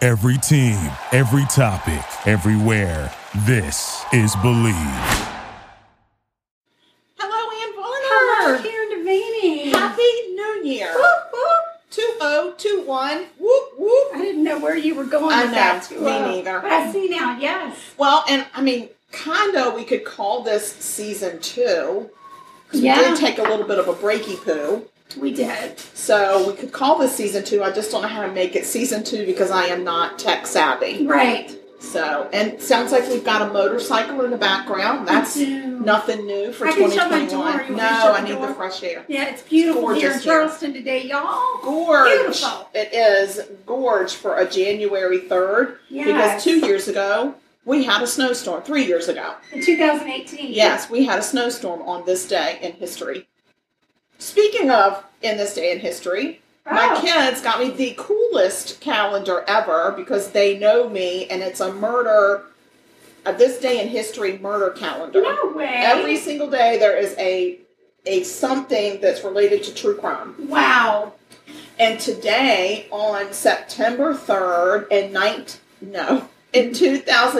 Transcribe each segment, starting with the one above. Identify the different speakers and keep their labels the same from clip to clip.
Speaker 1: Every team, every topic, everywhere. This is Believe.
Speaker 2: Hello, Ann Vollenheimer.
Speaker 3: Karen Devaney.
Speaker 2: Happy New Year.
Speaker 3: Whoop, whoop.
Speaker 2: 2021. Whoop, whoop.
Speaker 3: I didn't know where you were going
Speaker 2: I
Speaker 3: with that.
Speaker 2: know.
Speaker 3: too.
Speaker 2: Me
Speaker 3: Uh,
Speaker 2: neither.
Speaker 3: But I see now, yes.
Speaker 2: Well, and I mean, kind of, we could call this season two. 'cause
Speaker 3: Yeah.
Speaker 2: We did take a little bit of a breaky poo.
Speaker 3: We did.
Speaker 2: So we could call this season two. I just don't know how to make it season two because I am not tech savvy.
Speaker 3: Right.
Speaker 2: So, and sounds like we've got a motorcycle in the background. That's
Speaker 3: do.
Speaker 2: nothing new for
Speaker 3: I can shut my
Speaker 2: 2021.
Speaker 3: door. You want me
Speaker 2: No,
Speaker 3: to shut
Speaker 2: I
Speaker 3: the
Speaker 2: need
Speaker 3: door?
Speaker 2: the fresh air.
Speaker 3: Yeah, it's beautiful
Speaker 2: Gorgeous
Speaker 3: here in
Speaker 2: here.
Speaker 3: Charleston today, y'all.
Speaker 2: gorge.
Speaker 3: Beautiful.
Speaker 2: It is gorge for a January 3rd
Speaker 3: Yes.
Speaker 2: because two years ago we had a snowstorm. Three years ago.
Speaker 3: In 2018.
Speaker 2: Yes, we had a snowstorm on this day in history. Speaking of in this day in history, my
Speaker 3: Oh.
Speaker 2: kids got me the coolest calendar ever because they know me and it's a murder, a this day in history murder calendar.
Speaker 3: No way.
Speaker 2: Every single day there is a a something that's related to true crime.
Speaker 3: Wow.
Speaker 2: And today, on September 3rd, in nine, no, in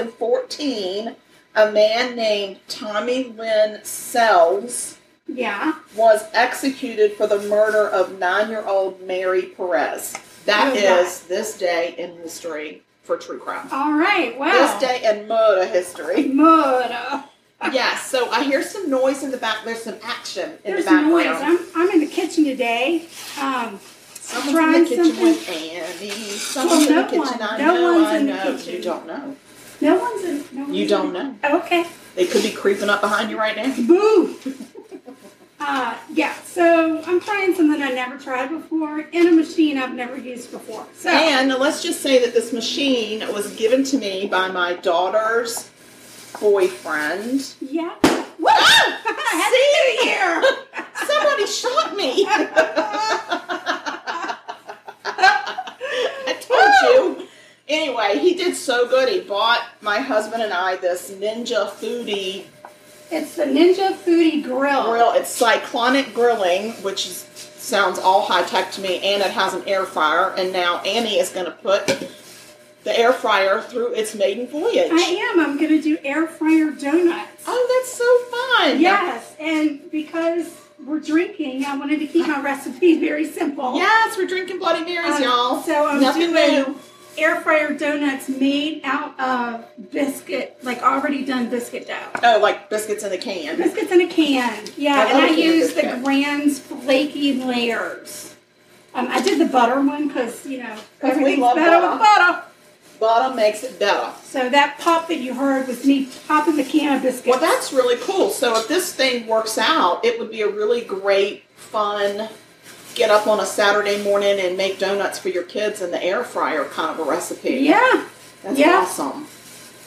Speaker 2: 2014, a man named Tommy Lynn Sells
Speaker 3: Yeah.
Speaker 2: was executed for the murder of nine-year-old Mary Perez. That
Speaker 3: Oh,
Speaker 2: is
Speaker 3: wow.
Speaker 2: this day in history for true crime.
Speaker 3: All right. Wow.
Speaker 2: This day in murder history.
Speaker 3: Mud. uh,
Speaker 2: yes. So I hear some noise in the back. There's some action in
Speaker 3: There's
Speaker 2: the background.
Speaker 3: noise. I'm, I'm in the kitchen today. Um,
Speaker 2: Someone's
Speaker 3: trying
Speaker 2: in the kitchen
Speaker 3: something.
Speaker 2: with Andy. Someone's
Speaker 3: Well, no
Speaker 2: in the kitchen.
Speaker 3: one.
Speaker 2: I
Speaker 3: No
Speaker 2: know.
Speaker 3: one's
Speaker 2: I
Speaker 3: in the
Speaker 2: know.
Speaker 3: kitchen.
Speaker 2: You don't know.
Speaker 3: No one's in. No one's
Speaker 2: You
Speaker 3: in.
Speaker 2: don't know.
Speaker 3: Okay.
Speaker 2: They could be creeping up behind you right now.
Speaker 3: Boo! Uh, yeah, so I'm trying something I never tried before in a machine I've never used before. So,
Speaker 2: And let's just say that this machine was given to me by my daughter's boyfriend.
Speaker 3: yeah.
Speaker 2: Ah!
Speaker 3: Happy New Year!
Speaker 2: See, somebody shot me. I told you. Anyway, he did so good. He bought my husband and I this Ninja Foodie
Speaker 3: It's the Ninja Foodie Grill.
Speaker 2: grill. It's cyclonic grilling, which is, sounds all high tech to me, and it has an air fryer. And now Annie is going to put the air fryer through its maiden voyage.
Speaker 3: I am. I'm going to do air fryer donuts.
Speaker 2: oh, that's so fun!
Speaker 3: Yes, and because we're drinking, I wanted to keep my recipe very simple.
Speaker 2: yes, we're drinking Bloody Marys,
Speaker 3: Um,
Speaker 2: y'all.
Speaker 3: So I'm
Speaker 2: nothing
Speaker 3: doing
Speaker 2: new.
Speaker 3: air fryer donuts made out of biscuit, like already done biscuit dough.
Speaker 2: Oh, like biscuits in a can.
Speaker 3: Biscuits in a can. Yeah,
Speaker 2: I
Speaker 3: and
Speaker 2: love
Speaker 3: I
Speaker 2: canned
Speaker 3: use the
Speaker 2: biscuit.
Speaker 3: Grand's flaky layers. Um, I did the butter one because you know
Speaker 2: 'Cause we
Speaker 3: everything's
Speaker 2: love
Speaker 3: better with butter.
Speaker 2: Butter makes it better.
Speaker 3: So that pop that you heard was me popping the can of biscuits.
Speaker 2: Well, that's really cool. So if this thing works out, it would be a really great, fun, get up on a Saturday morning and make donuts for your kids in the air fryer kind of a recipe.
Speaker 3: yeah,
Speaker 2: That's
Speaker 3: Yeah.
Speaker 2: awesome.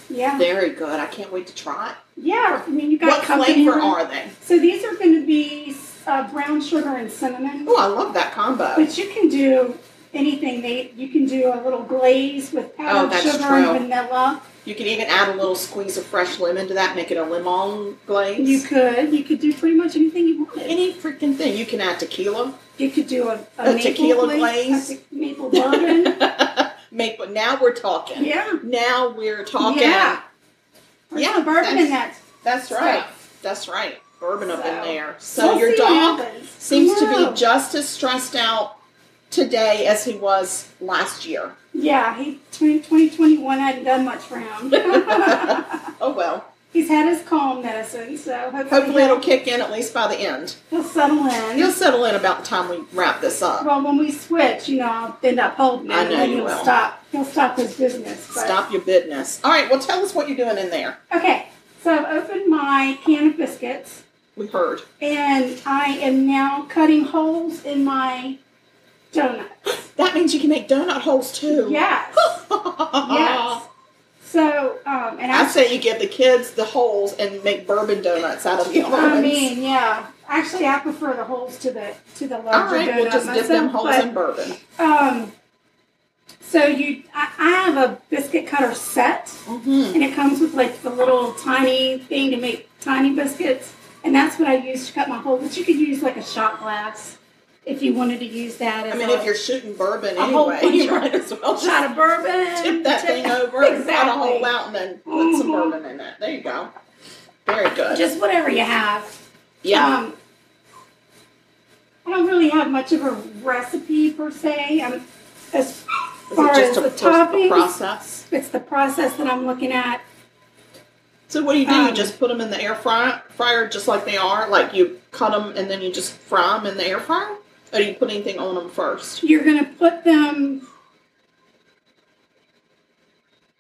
Speaker 3: yeah,
Speaker 2: Very good. I can't wait to try it.
Speaker 3: yeah. I mean, you got
Speaker 2: What
Speaker 3: company.
Speaker 2: flavor
Speaker 3: around.
Speaker 2: are they?
Speaker 3: So these are going to be uh, brown sugar and cinnamon,
Speaker 2: Oh, I love that combo.
Speaker 3: but you can do anything. They you can do a little glaze with powdered
Speaker 2: Oh, that's
Speaker 3: sugar and
Speaker 2: true.
Speaker 3: vanilla.
Speaker 2: You can even add a little squeeze of fresh lemon to that, make it a lemon
Speaker 3: You
Speaker 2: glaze.
Speaker 3: could you could do pretty much anything you wanted.
Speaker 2: Any freaking thing. You can add tequila.
Speaker 3: You could do a,
Speaker 2: A
Speaker 3: maple
Speaker 2: tequila
Speaker 3: a
Speaker 2: glaze.
Speaker 3: te- maple bourbon.
Speaker 2: Make, but now we're talking.
Speaker 3: yeah,
Speaker 2: Now we're talking.
Speaker 3: Yeah. Or
Speaker 2: Yeah,
Speaker 3: some bourbon in that.
Speaker 2: that's- That's right. That's right. Bourbon up in
Speaker 3: So,
Speaker 2: there. So
Speaker 3: We'll
Speaker 2: your
Speaker 3: see what
Speaker 2: dog
Speaker 3: happens.
Speaker 2: seems to
Speaker 3: No.
Speaker 2: be just as stressed out today as he was last year.
Speaker 3: Yeah, he 20, 2021 hadn't done much for him.
Speaker 2: Oh well.
Speaker 3: He's had his calm medicine, so hopefully,
Speaker 2: Hopefully
Speaker 3: he'll,
Speaker 2: it'll kick in at least by the end.
Speaker 3: he'll settle in.
Speaker 2: You'll settle in about the time we wrap this up.
Speaker 3: well, when we switch, you know, I'll end up holding him,
Speaker 2: I
Speaker 3: and
Speaker 2: know
Speaker 3: then
Speaker 2: you
Speaker 3: he'll
Speaker 2: will.
Speaker 3: stop. He'll stop his business. but-
Speaker 2: Stop your business. All right, well, tell us what you're doing in there.
Speaker 3: Okay, so I've opened my can of biscuits,
Speaker 2: We heard.
Speaker 3: and I am now cutting holes in my donut.
Speaker 2: That means you can make donut holes too.
Speaker 3: Yes. Yes. So, um, and
Speaker 2: I
Speaker 3: I,
Speaker 2: say you give the kids the holes and make bourbon donuts out of the almonds.
Speaker 3: I mean, yeah. Actually, I prefer the holes to the to the
Speaker 2: all
Speaker 3: larger
Speaker 2: right,
Speaker 3: donut
Speaker 2: we'll just dip them
Speaker 3: myself,
Speaker 2: holes
Speaker 3: but,
Speaker 2: in bourbon.
Speaker 3: Um, so you, I, I have a biscuit cutter set,
Speaker 2: Mm-hmm.
Speaker 3: and it comes with like the little tiny thing to make tiny biscuits, and that's what I use to cut my hole. But you could use like a shot glass if you wanted to use that as
Speaker 2: I mean,
Speaker 3: a
Speaker 2: if you're shooting bourbon
Speaker 3: A whole
Speaker 2: anyway, you
Speaker 3: bunch.
Speaker 2: might as well just
Speaker 3: shot of bourbon,
Speaker 2: tip that
Speaker 3: tip-
Speaker 2: thing over and cut a
Speaker 3: exactly.
Speaker 2: hole out and then put some
Speaker 3: Mhm.
Speaker 2: bourbon in that. There you go. Very good.
Speaker 3: Just whatever you have.
Speaker 2: yeah.
Speaker 3: Um, I don't really have much of a recipe per se. Um, as
Speaker 2: Is
Speaker 3: far
Speaker 2: it
Speaker 3: as
Speaker 2: just a,
Speaker 3: the
Speaker 2: just a
Speaker 3: toppings,
Speaker 2: process?
Speaker 3: it's the process that I'm looking at.
Speaker 2: So what do you do? you
Speaker 3: Um,
Speaker 2: just put them in the air fry- fryer just like they are? Like you cut them and then you just fry them in the air fryer? Or do you put anything on them first?
Speaker 3: You're gonna put them.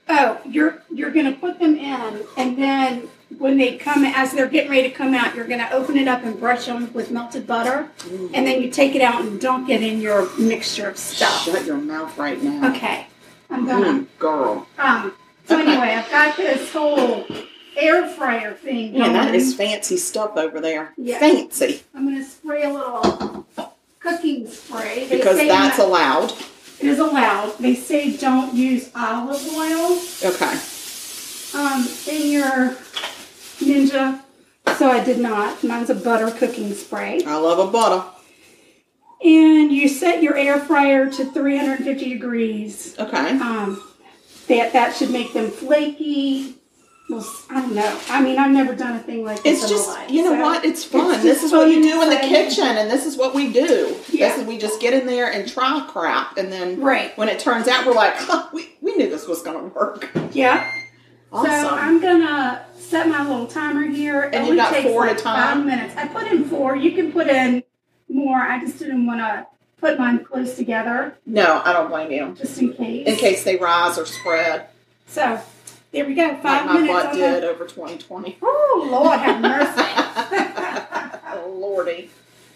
Speaker 3: Oh, you're you're gonna put them in, and then when they come, as they're getting ready to come out, you're gonna open it up and brush them with melted butter, and then you take it out and dunk it in your mixture of stuff.
Speaker 2: Shut your mouth right now.
Speaker 3: Okay, Uh-huh. I'm gonna.
Speaker 2: Mm, girl.
Speaker 3: Um, so anyway, I've got this whole air fryer thing
Speaker 2: Yeah,
Speaker 3: going.
Speaker 2: that is fancy stuff over there.
Speaker 3: Yeah.
Speaker 2: Fancy.
Speaker 3: I'm going to spray a little cooking spray. They
Speaker 2: Because
Speaker 3: say
Speaker 2: that's
Speaker 3: not-
Speaker 2: allowed.
Speaker 3: it is allowed. They say don't use olive oil
Speaker 2: Okay.
Speaker 3: um, in your ninja, so I did not. Mine's a butter cooking spray.
Speaker 2: I love a butter.
Speaker 3: And you set your air fryer to 350 degrees.
Speaker 2: Okay.
Speaker 3: um, that that should make them flaky. Well, s- I don't know. I mean, I've never done a thing like this.
Speaker 2: It's
Speaker 3: in
Speaker 2: just
Speaker 3: my life,
Speaker 2: you know
Speaker 3: so
Speaker 2: what? It's fun.
Speaker 3: it's
Speaker 2: this
Speaker 3: just
Speaker 2: is what you
Speaker 3: fun
Speaker 2: do in the
Speaker 3: and
Speaker 2: kitchen, and this is what we do.
Speaker 3: Yeah.
Speaker 2: This is we just get in there and try crap, and then
Speaker 3: Right.
Speaker 2: when it turns out, we're like, huh, we we knew this was gonna work.
Speaker 3: Yeah.
Speaker 2: Awesome.
Speaker 3: So I'm gonna set my little timer here. It
Speaker 2: And you
Speaker 3: only
Speaker 2: got
Speaker 3: takes
Speaker 2: four at a
Speaker 3: like
Speaker 2: time?
Speaker 3: Five minutes. I put in four. You can put in more. I just didn't want to put mine close together
Speaker 2: no, I don't blame you.
Speaker 3: just in case.
Speaker 2: In case they rise or spread,
Speaker 3: So there we go.
Speaker 2: like
Speaker 3: Five
Speaker 2: my
Speaker 3: minutes.
Speaker 2: butt
Speaker 3: on
Speaker 2: did
Speaker 3: The,
Speaker 2: over 2020.
Speaker 3: oh Lord, have mercy.
Speaker 2: Oh, Lordy.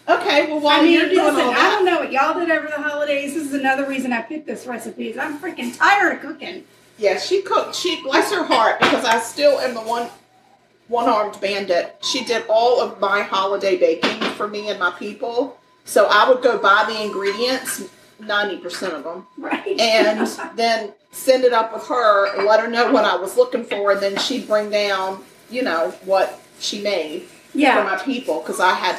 Speaker 2: Okay, well while
Speaker 3: I mean,
Speaker 2: you're doing
Speaker 3: listen,
Speaker 2: all
Speaker 3: I
Speaker 2: that,
Speaker 3: don't know what y'all did over the holidays. This is another reason I picked this recipe. Is I'm freaking tired of cooking.
Speaker 2: yeah, she cooked. She bless her heart because I still am the one one armed bandit. She did all of my holiday baking for me and my people. So I would go buy the ingredients, 90% of them,
Speaker 3: Right.
Speaker 2: and then send it up with her, and let her know what I was looking for, and then she'd bring down, you know, what she made for
Speaker 3: yeah.
Speaker 2: my people because I had.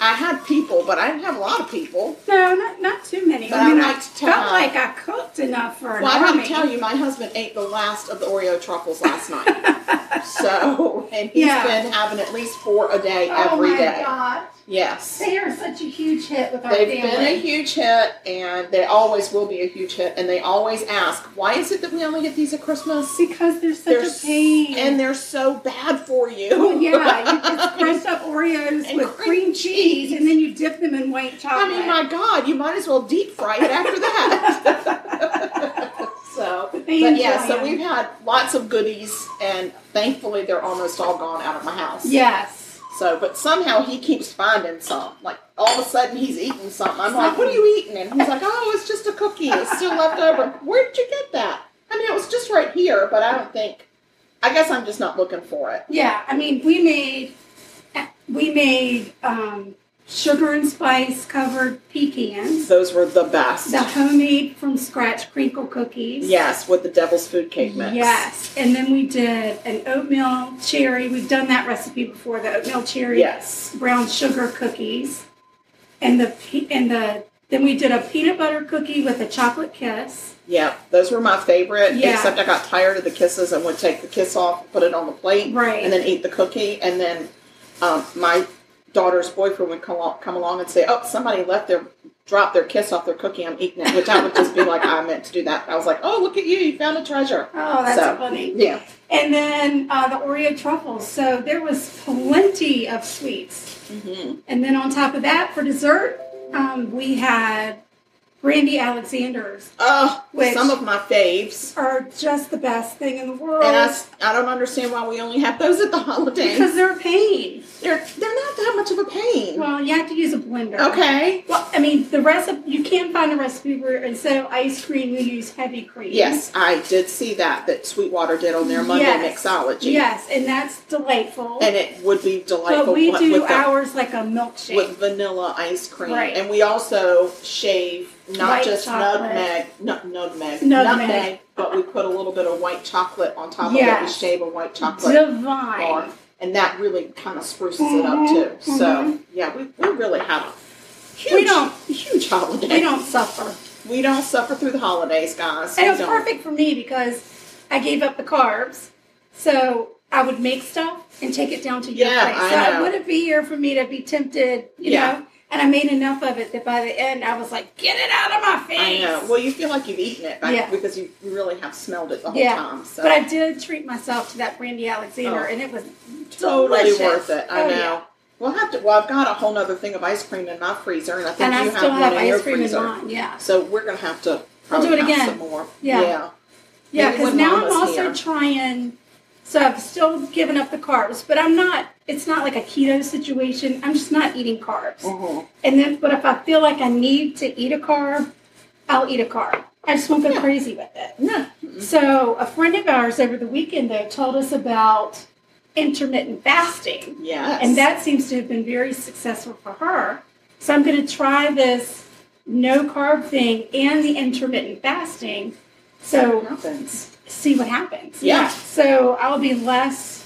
Speaker 2: I had people, but I didn't have a lot of people.
Speaker 3: No, not not too many.
Speaker 2: But
Speaker 3: I
Speaker 2: I
Speaker 3: mean, I
Speaker 2: like to tell-
Speaker 3: felt like I cooked enough for an
Speaker 2: Well, I
Speaker 3: army.
Speaker 2: gotta tell you, my husband ate the last of the Oreo truffles last night. so, and he's
Speaker 3: Yeah.
Speaker 2: been having at least four a day
Speaker 3: oh
Speaker 2: every
Speaker 3: my
Speaker 2: day.
Speaker 3: God.
Speaker 2: Yes.
Speaker 3: They are such a huge hit with our
Speaker 2: They've
Speaker 3: family.
Speaker 2: been a huge hit, and they always will be a huge hit. And they always ask, "Why is it that we only get these at Christmas?"
Speaker 3: because they're such
Speaker 2: They're
Speaker 3: a
Speaker 2: s-
Speaker 3: pain.
Speaker 2: and they're so bad for you.
Speaker 3: Well, yeah, you just crush up Oreos
Speaker 2: And
Speaker 3: with
Speaker 2: cream
Speaker 3: cream cheese, and then you dip them in white
Speaker 2: I
Speaker 3: chocolate.
Speaker 2: mean, my God, you might as well deep fry it after that. so, but
Speaker 3: they
Speaker 2: yeah,
Speaker 3: enjoy
Speaker 2: so
Speaker 3: them.
Speaker 2: we've had lots of goodies, and thankfully they're almost all gone out of my house.
Speaker 3: yes.
Speaker 2: So, but somehow he keeps finding some. Like all of a sudden he's eating something. I'm like, "What are you eating?" And he's like, "Oh, it's just a cookie. It's still left over. Where did you get that?" I mean, it was just right here, but I don't think. I guess I'm just not looking for it.
Speaker 3: Yeah, I mean, we made we made um, sugar and spice covered pecans,
Speaker 2: Those were the best.
Speaker 3: the homemade from scratch crinkle cookies.
Speaker 2: Yes, with the devil's food cake mix.
Speaker 3: Yes, and then we did an oatmeal cherry. We've done that recipe before. The oatmeal cherry
Speaker 2: Yes.
Speaker 3: brown sugar cookies, and the pe- and the then we did a peanut butter cookie with a chocolate kiss.
Speaker 2: Yep. Those were my favorite.
Speaker 3: Yeah.
Speaker 2: Except I got tired of the kisses and would take the kiss off, put it on the plate,
Speaker 3: Right.
Speaker 2: and then eat the cookie. And then um, my daughter's boyfriend would come along, come along and say, "Oh, somebody left their drop their kiss off their cookie. I'm eating it," which I would just be like, "I meant to do that." I was like, "Oh, look at you! You found a treasure."
Speaker 3: Oh, that's
Speaker 2: So,
Speaker 3: funny.
Speaker 2: Yeah.
Speaker 3: And then uh, the Oreo truffles. So there was plenty of sweets.
Speaker 2: Mm-hmm.
Speaker 3: And then on top of that, for dessert, um, we had Brandy Alexander's
Speaker 2: Oh,
Speaker 3: Which-
Speaker 2: some of my faves.
Speaker 3: are just the best thing in the world.
Speaker 2: And I, s- I don't understand why we only have those at the holidays.
Speaker 3: because they're a pain.
Speaker 2: They're they're not that much of a pain.
Speaker 3: Well, you have to use a blender.
Speaker 2: Okay.
Speaker 3: Well, I mean, the recipe, you can find a recipe where instead of ice cream, you use heavy cream.
Speaker 2: Yes, I did see that that Sweetwater did on their Monday
Speaker 3: Yes.
Speaker 2: mixology.
Speaker 3: Yes, and that's delightful.
Speaker 2: And it would be delightful
Speaker 3: but we
Speaker 2: with,
Speaker 3: do
Speaker 2: with, the-
Speaker 3: ours like a milkshake.
Speaker 2: with vanilla ice cream.
Speaker 3: Right.
Speaker 2: And we also shave not
Speaker 3: White
Speaker 2: just
Speaker 3: chocolate.
Speaker 2: nutmeg, nu- nutmeg,
Speaker 3: Nutmeg.
Speaker 2: but we put a little bit of white chocolate on top of it. We
Speaker 3: Yes.
Speaker 2: shave a white chocolate
Speaker 3: Divine.
Speaker 2: bar. And that really kind of spruces it up
Speaker 3: Mhm,
Speaker 2: too. So,
Speaker 3: mhm.
Speaker 2: yeah, we, we really have Huge,
Speaker 3: We don't-
Speaker 2: huge holiday.
Speaker 3: They don't suffer.
Speaker 2: We don't suffer through the holidays, guys.
Speaker 3: And
Speaker 2: We
Speaker 3: it was
Speaker 2: don't.
Speaker 3: perfect for me because I gave up the carbs. So I would make stuff and take it down to your
Speaker 2: Yeah,
Speaker 3: place.
Speaker 2: I
Speaker 3: So
Speaker 2: know.
Speaker 3: it wouldn't be here for me to be tempted, you
Speaker 2: Yeah.
Speaker 3: know. And I made enough of it that by the end I was like, get it out of my
Speaker 2: I
Speaker 3: face.
Speaker 2: know. Well, you feel like you've eaten it, but
Speaker 3: Yeah.
Speaker 2: because you, you really have smelled it the whole
Speaker 3: yeah.
Speaker 2: time. So
Speaker 3: But I did treat myself to that Brandy Alexander
Speaker 2: Oh.
Speaker 3: and it was
Speaker 2: totally
Speaker 3: delicious.
Speaker 2: worth it. I
Speaker 3: Oh,
Speaker 2: know.
Speaker 3: yeah.
Speaker 2: We'll have to. Well, I've got a whole nother thing of ice cream in my freezer, and I think
Speaker 3: And I
Speaker 2: you
Speaker 3: still
Speaker 2: one
Speaker 3: have
Speaker 2: in your
Speaker 3: ice cream in
Speaker 2: freezer.
Speaker 3: mine. Yeah.
Speaker 2: So we're gonna have to
Speaker 3: We'll
Speaker 2: probably
Speaker 3: do it
Speaker 2: have
Speaker 3: again.
Speaker 2: some more.
Speaker 3: Yeah.
Speaker 2: yeah.
Speaker 3: Yeah,
Speaker 2: Maybe
Speaker 3: because
Speaker 2: when
Speaker 3: now I'm
Speaker 2: Mama's
Speaker 3: also
Speaker 2: here.
Speaker 3: trying. So I've still given up the carbs, but I'm not. It's not like a keto situation. I'm just not eating carbs.
Speaker 2: Mhm.
Speaker 3: And then, but if I feel like I need to eat a carb, I'll eat a carb. I just won't go
Speaker 2: Yeah. Mm-hmm.
Speaker 3: crazy with it.
Speaker 2: Yeah.
Speaker 3: So a friend of ours over the weekend though told us about intermittent fasting,
Speaker 2: Yes.
Speaker 3: and that seems to have been very successful for her. So I'm going to try this no carb thing and the intermittent fasting. So
Speaker 2: happens.
Speaker 3: see what happens.
Speaker 2: Yeah.
Speaker 3: So I'll be less.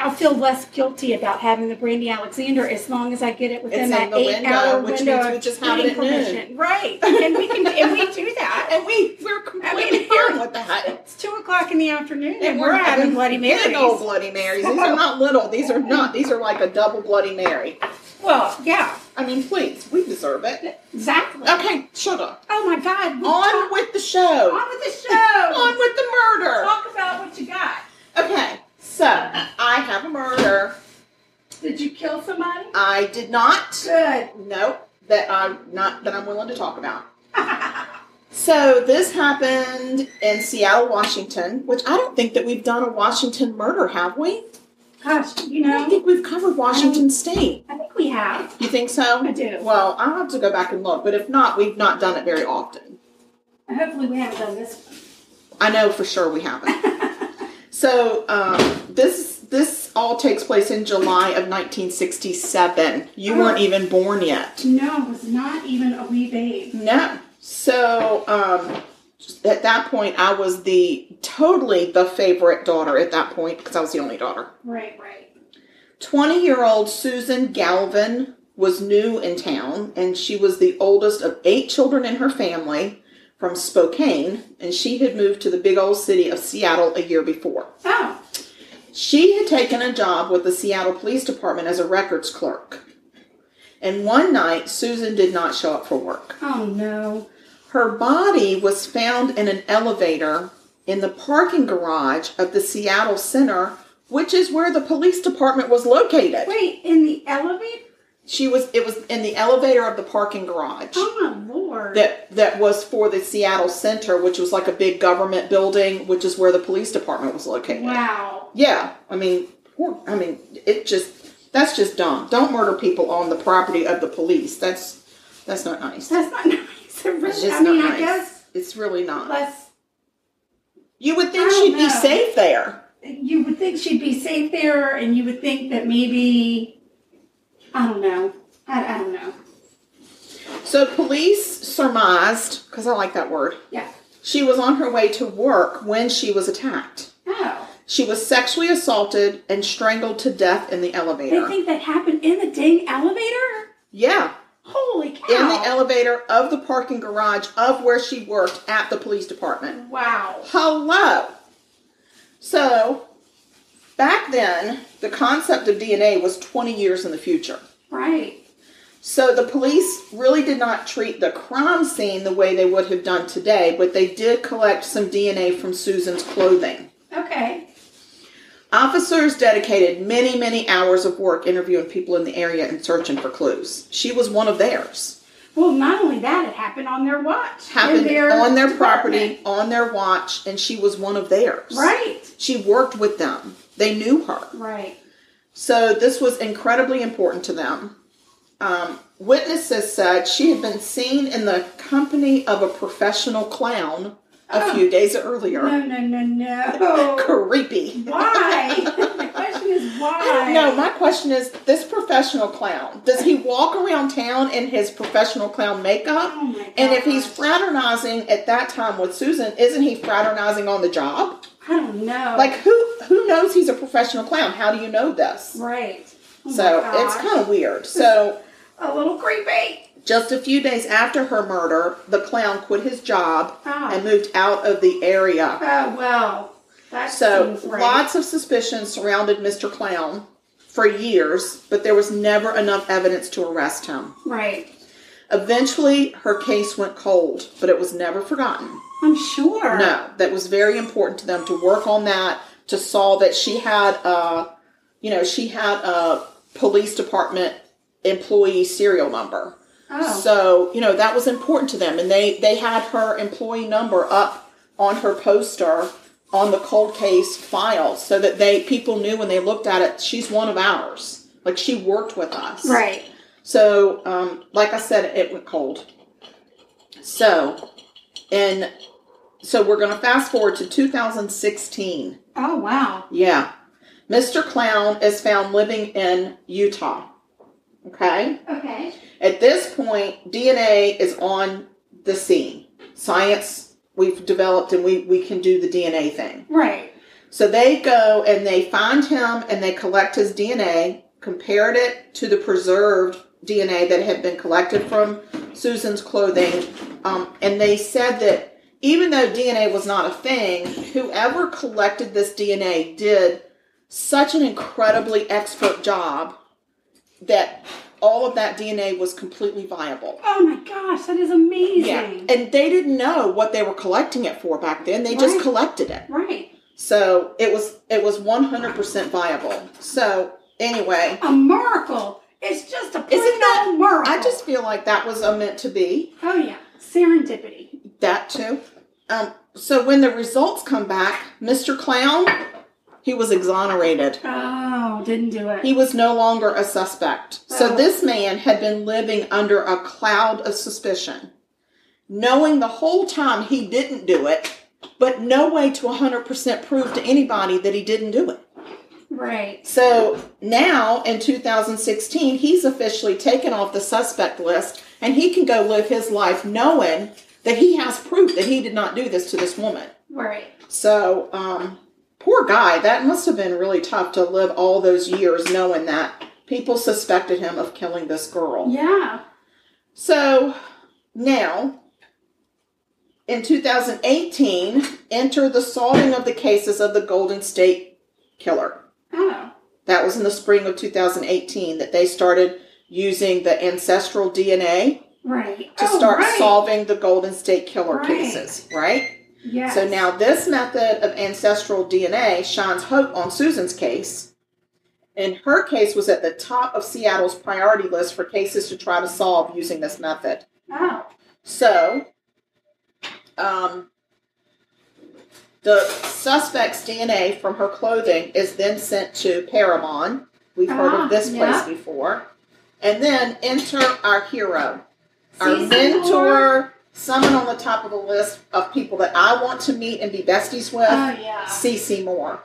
Speaker 3: I'll feel less guilty about having the brandy Alexander as long as I get it within
Speaker 2: It's
Speaker 3: that
Speaker 2: in the
Speaker 3: eight
Speaker 2: window,
Speaker 3: hour
Speaker 2: which
Speaker 3: window
Speaker 2: means we
Speaker 3: of
Speaker 2: just have it at
Speaker 3: eating
Speaker 2: noon.
Speaker 3: permission. Right, and we can and we do that.
Speaker 2: And we we're completely
Speaker 3: I mean,
Speaker 2: fine with that.
Speaker 3: It's two o'clock in the afternoon, and,
Speaker 2: And
Speaker 3: we're, having Bloody
Speaker 2: big
Speaker 3: Marys.
Speaker 2: old Bloody Marys. These are not little. These are not. These are like a double Bloody Mary.
Speaker 3: Well, yeah,
Speaker 2: I mean, please, we deserve it.
Speaker 3: exactly.
Speaker 2: Okay, shut up.
Speaker 3: Oh my God, we
Speaker 2: On
Speaker 3: talk-
Speaker 2: with the show.
Speaker 3: on with the show.
Speaker 2: On with the murder.
Speaker 3: talk about what you got.
Speaker 2: Okay, so I have a murder.
Speaker 3: Did you kill somebody?
Speaker 2: I did not.
Speaker 3: Good.
Speaker 2: No, that I'm not that I'm willing to talk about. So this happened in Seattle, Washington, which I don't think that we've done a Washington murder, have we?
Speaker 3: Gosh, you
Speaker 2: I don't
Speaker 3: know,
Speaker 2: think we've covered Washington State.
Speaker 3: I think we have.
Speaker 2: You think so?
Speaker 3: I do.
Speaker 2: Well, I'll have to go back and look, but if not, we've not done it very often.
Speaker 3: Hopefully, we haven't done this one.
Speaker 2: I know for sure we haven't. so um, this this all takes place in July of 1967. You weren't even born yet.
Speaker 3: No, it was not even a wee babe.
Speaker 2: No. So um, at that point, I was the totally the favorite daughter at that point because I was the only daughter.
Speaker 3: Right, right.
Speaker 2: 20 year old Susan Galvin was new in town, and she was the oldest of eight children in her family from Spokane, and she had moved to the big old city of Seattle a year before.
Speaker 3: Oh,
Speaker 2: She had taken a job with the Seattle Police Department as a records clerk. And one night, Susan did not show up for work.
Speaker 3: oh no.
Speaker 2: Her body was found in an elevator in the parking garage of the Seattle Center, which is where the police department was located.
Speaker 3: Wait, in the elevator?
Speaker 2: She was it was in the elevator of the parking garage
Speaker 3: Oh my lord.
Speaker 2: that that was for the Seattle Center, which was like a big government building, which is where the police department was located.
Speaker 3: wow.
Speaker 2: Yeah, I mean, poor- I mean, it just that's just dumb. Don't murder people on the property of the police. That's that's not nice.
Speaker 3: That's not nice.
Speaker 2: It's
Speaker 3: It really-
Speaker 2: just
Speaker 3: I mean,
Speaker 2: not
Speaker 3: I
Speaker 2: nice.
Speaker 3: guess
Speaker 2: it's really not.
Speaker 3: less.
Speaker 2: You would think
Speaker 3: I don't
Speaker 2: she'd be
Speaker 3: know.
Speaker 2: safe there.
Speaker 3: You would think she'd be safe there, and you would think that maybe. I don't know. I, I don't know.
Speaker 2: So police surmised, because I like that word,
Speaker 3: Yeah.
Speaker 2: she was on her way to work when she was attacked.
Speaker 3: Oh.
Speaker 2: She was sexually assaulted and strangled to death in the
Speaker 3: They
Speaker 2: elevator.
Speaker 3: think that happened in the dang elevator?
Speaker 2: yeah,
Speaker 3: Holy cow.
Speaker 2: in the elevator of the parking garage of where she worked at the police department.
Speaker 3: Wow.
Speaker 2: Hello. So, back then, the concept of DNA was 20 years in the future.
Speaker 3: Right.
Speaker 2: So the police really did not treat the crime scene the way they would have done today, but they did collect some DNA from Susan's clothing.
Speaker 3: Okay.
Speaker 2: Officers dedicated many, many hours of work interviewing people in the area and searching for clues. She was one of theirs.
Speaker 3: Well, not only that, it happened on their watch.
Speaker 2: Happened
Speaker 3: In their
Speaker 2: on their
Speaker 3: department.
Speaker 2: property, on their watch, and she was one of theirs.
Speaker 3: Right.
Speaker 2: She worked with them. They knew her.
Speaker 3: Right.
Speaker 2: So this was incredibly important to them. Um, witnesses said she had been seen in the company of a professional clown a few days earlier.
Speaker 3: No, no, no, Oh. no.
Speaker 2: Creepy.
Speaker 3: why? the question is why?
Speaker 2: No, my question is this professional clown, does he walk around town in his professional clown makeup?
Speaker 3: Oh my
Speaker 2: and if he's
Speaker 3: gosh.
Speaker 2: fraternizing at that time with Susan, isn't he fraternizing on the job?
Speaker 3: I don't know.
Speaker 2: Like who who knows he's a professional clown? How do you know this?
Speaker 3: right. Oh my
Speaker 2: So it's
Speaker 3: gosh.
Speaker 2: kind of weird. So
Speaker 3: a little creepy.
Speaker 2: Just a few days after her murder, the clown quit his job
Speaker 3: Ah.
Speaker 2: and moved out of the area.
Speaker 3: Oh well, that
Speaker 2: So
Speaker 3: seems right.
Speaker 2: lots of suspicion surrounded Mr. Clown for years, but there was never enough evidence to arrest him.
Speaker 3: right.
Speaker 2: Eventually, her case went cold, but it was never forgotten.
Speaker 3: I'm sure.
Speaker 2: No, that was very important to them to work on that to solve it. She had a, you know, she had a police department employee serial number.
Speaker 3: Oh.
Speaker 2: So you know that was important to them, and they they had her employee number up on her poster on the cold case file, so that they people knew when they looked at it, she's one of ours. Like she worked with us,
Speaker 3: right.
Speaker 2: so, um, like I said, it went cold. So, and so we're going to fast forward to 2016.
Speaker 3: Oh wow.
Speaker 2: Yeah. Mr. Clown is found living in Utah. Okay.
Speaker 3: Okay.
Speaker 2: At this point, DNA is on the scene. Science we've developed and we, we can do the DNA thing.
Speaker 3: Right.
Speaker 2: So they go and they find him and they collect his DNA, compared it to the preserved DNA that had been collected from Susan's clothing. Um, and they said that even though DNA was not a thing, whoever collected this DNA did such an incredibly expert job that all of that DNA was completely viable.
Speaker 3: Oh my gosh, that is amazing.
Speaker 2: Yeah. And they didn't know what they were collecting it for back then. They just
Speaker 3: Right.
Speaker 2: collected it.
Speaker 3: right.
Speaker 2: So it was it was one hundred percent viable. So anyway,
Speaker 3: A miracle. It's just a plain
Speaker 2: Isn't that-
Speaker 3: old miracle.
Speaker 2: I just feel like that was a meant to be
Speaker 3: Oh yeah. Serendipity.
Speaker 2: that too. Um, so when the results come back, Mr. Clown, he was exonerated.
Speaker 3: Oh, didn't do it.
Speaker 2: He was no longer a suspect. So
Speaker 3: Oh.
Speaker 2: this man had been living under a cloud of suspicion, knowing the whole time he didn't do it, but no way to 100% prove to anybody that he didn't do it.
Speaker 3: right.
Speaker 2: So now in 2016, he's officially taken off the suspect list and he can go live his life knowing that he has proof that he did not do this to this woman.
Speaker 3: Right.
Speaker 2: So, um, poor guy, that must have been really tough to live all those years knowing that people suspected him of killing this girl.
Speaker 3: Yeah.
Speaker 2: So now, in 2018, enter the solving of the cases of the Golden State Killer.
Speaker 3: Oh.
Speaker 2: That was in the spring of 2018 that they started using the ancestral DNA
Speaker 3: Right.
Speaker 2: to
Speaker 3: oh,
Speaker 2: start
Speaker 3: right.
Speaker 2: solving the Golden State Killer
Speaker 3: Right.
Speaker 2: cases, right?
Speaker 3: Yes.
Speaker 2: So now this method of ancestral DNA shines hope on Susan's case. And her case was at the top of Seattle's priority list for cases to try to solve using this method.
Speaker 3: Oh.
Speaker 2: So, um, the suspect's DNA from her clothing is then sent to Paramon. We've heard
Speaker 3: Ah,
Speaker 2: of this place
Speaker 3: yeah.
Speaker 2: before. And then enter our hero, our
Speaker 3: Season four.
Speaker 2: mentor, someone on the top of the list of people that I want to meet and be besties with,
Speaker 3: Oh yeah.
Speaker 2: Cece Moore.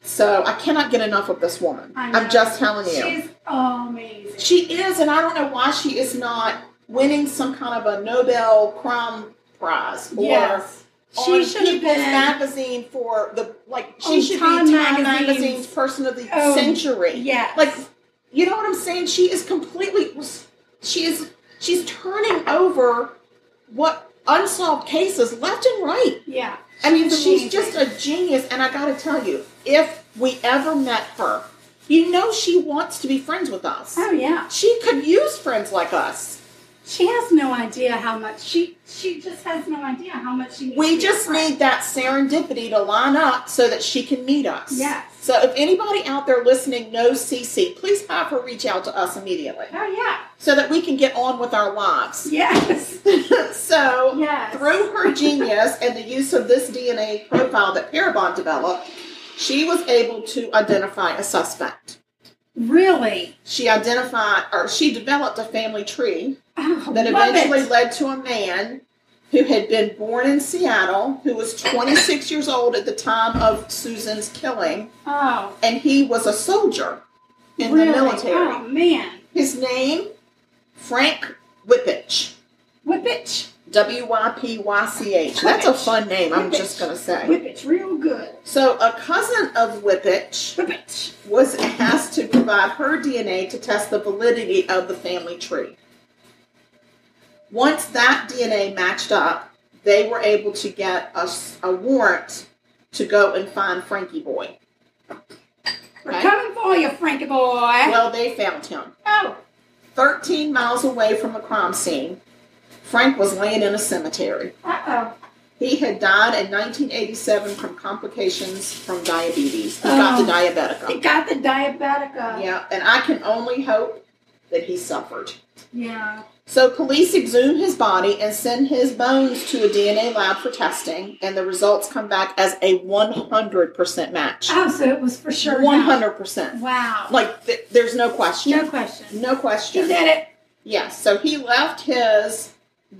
Speaker 2: So I cannot get enough of this woman.
Speaker 3: I know.
Speaker 2: I'm just telling you.
Speaker 3: She's amazing.
Speaker 2: She is, and I don't know why she is not winning some kind of a Nobel Crime Prize or
Speaker 3: yes.
Speaker 2: on
Speaker 3: She should have
Speaker 2: People's
Speaker 3: been.
Speaker 2: Magazine for the like. She
Speaker 3: On
Speaker 2: should
Speaker 3: Time
Speaker 2: be Time
Speaker 3: Magazine's-
Speaker 2: Magazine's Person of the
Speaker 3: Oh,
Speaker 2: Century.
Speaker 3: yes.
Speaker 2: like you know what I'm saying. She is completely. She is. She's turning over what unsolved cases left and right.
Speaker 3: Yeah.
Speaker 2: I mean,
Speaker 3: amazing.
Speaker 2: she's just a genius, and I gotta tell you, if we ever met her, you know she wants to be friends with us.
Speaker 3: Oh yeah.
Speaker 2: She could use friends like us.
Speaker 3: She has no idea how much she she just has no idea how much she. needs to
Speaker 2: We
Speaker 3: be
Speaker 2: just
Speaker 3: friends.
Speaker 2: need that serendipity to line up so that she can meet us.
Speaker 3: Yes.
Speaker 2: So if anybody out there listening knows CC, please have her reach out to us immediately
Speaker 3: Oh yeah.
Speaker 2: so that we can get on with our lives.
Speaker 3: Yes.
Speaker 2: so
Speaker 3: Yes.
Speaker 2: through her genius and the use of this DNA profile that Parabon developed, she was able to identify a suspect.
Speaker 3: Really.
Speaker 2: She identified or she developed a family tree
Speaker 3: Oh,
Speaker 2: that
Speaker 3: love
Speaker 2: eventually
Speaker 3: it.
Speaker 2: led to a man who had been born in Seattle, who was 26 years old at the time of Susan's killing,
Speaker 3: Oh.
Speaker 2: and he was a soldier in the
Speaker 3: really?
Speaker 2: military.
Speaker 3: Oh man.
Speaker 2: His name, Frank Whippich.
Speaker 3: Whippich.
Speaker 2: W Y P Y C H. That's a fun name, I'm just going to say.
Speaker 3: Whippets, real good.
Speaker 2: So, a cousin of Whippich
Speaker 3: Whippets.
Speaker 2: was asked to provide her DNA to test the validity of the family tree. Once that DNA matched up, they were able to get a, s- a warrant to go and find Frankie Boy.
Speaker 3: We're
Speaker 2: Right.
Speaker 3: coming for you, Frankie boy.
Speaker 2: Well, they found him.
Speaker 3: oh,
Speaker 2: 13 miles away from the crime scene, Frank was laying in a cemetery.
Speaker 3: uh
Speaker 2: He had died in 1987 from complications from diabetes. He got the
Speaker 3: Oh.
Speaker 2: diabetica.
Speaker 3: oh. It got the diabetica.
Speaker 2: Yeah, and I can only hope that he suffered.
Speaker 3: Yeah.
Speaker 2: So police exhume his body and send his bones to a DNA lab for testing, and the results come back as a 100% match.
Speaker 3: Oh, so it was for sure. not.
Speaker 2: 100%.
Speaker 3: Wow.
Speaker 2: Like, th- there's no
Speaker 3: No
Speaker 2: question.
Speaker 3: question.
Speaker 2: No
Speaker 3: She
Speaker 2: question.
Speaker 3: did it.
Speaker 2: Yes, so he left his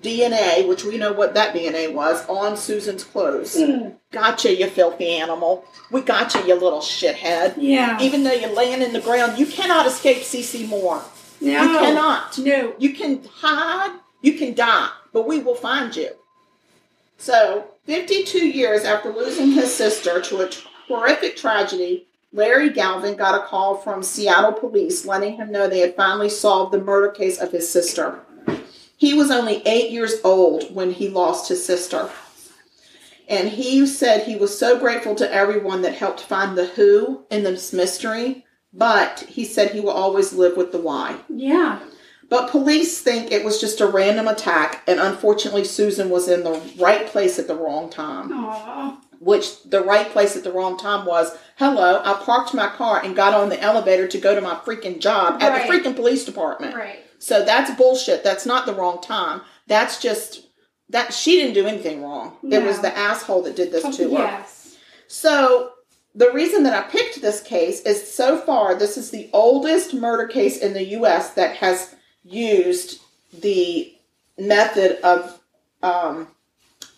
Speaker 2: DNA, which we know what that DNA was, on Susan's clothes.
Speaker 3: Mm.
Speaker 2: Gotcha, you filthy animal. We gotcha, you little shithead.
Speaker 3: Yeah.
Speaker 2: Even though you're laying in the ground, you cannot escape CC Moore.
Speaker 3: no.
Speaker 2: You cannot.
Speaker 3: No.
Speaker 2: You can hide, you can die, but we will find you. So, 52 years after losing his sister to a horrific tragedy, Larry Galvin got a call from Seattle police letting him know they had finally solved the murder case of his sister. He was only eight years old when he lost his sister. And he said he was so grateful to everyone that helped find the who in this mystery, but he said he will always live with the why.
Speaker 3: Yeah.
Speaker 2: But police think it was just a random attack, and unfortunately, Susan was in the right place at the wrong time.
Speaker 3: Aw.
Speaker 2: Which the right place at the wrong time was hello, I parked my car and got on the elevator to go to my freaking job at
Speaker 3: Right.
Speaker 2: the freaking police department.
Speaker 3: Right.
Speaker 2: So that's bullshit. That's not the wrong time. That's just that she didn't do anything wrong. It was
Speaker 3: No.
Speaker 2: the asshole that did this to her.
Speaker 3: Oh, yes.
Speaker 2: So the reason that I picked this case is so far this is the oldest murder case in the U.S. that has used the method of um,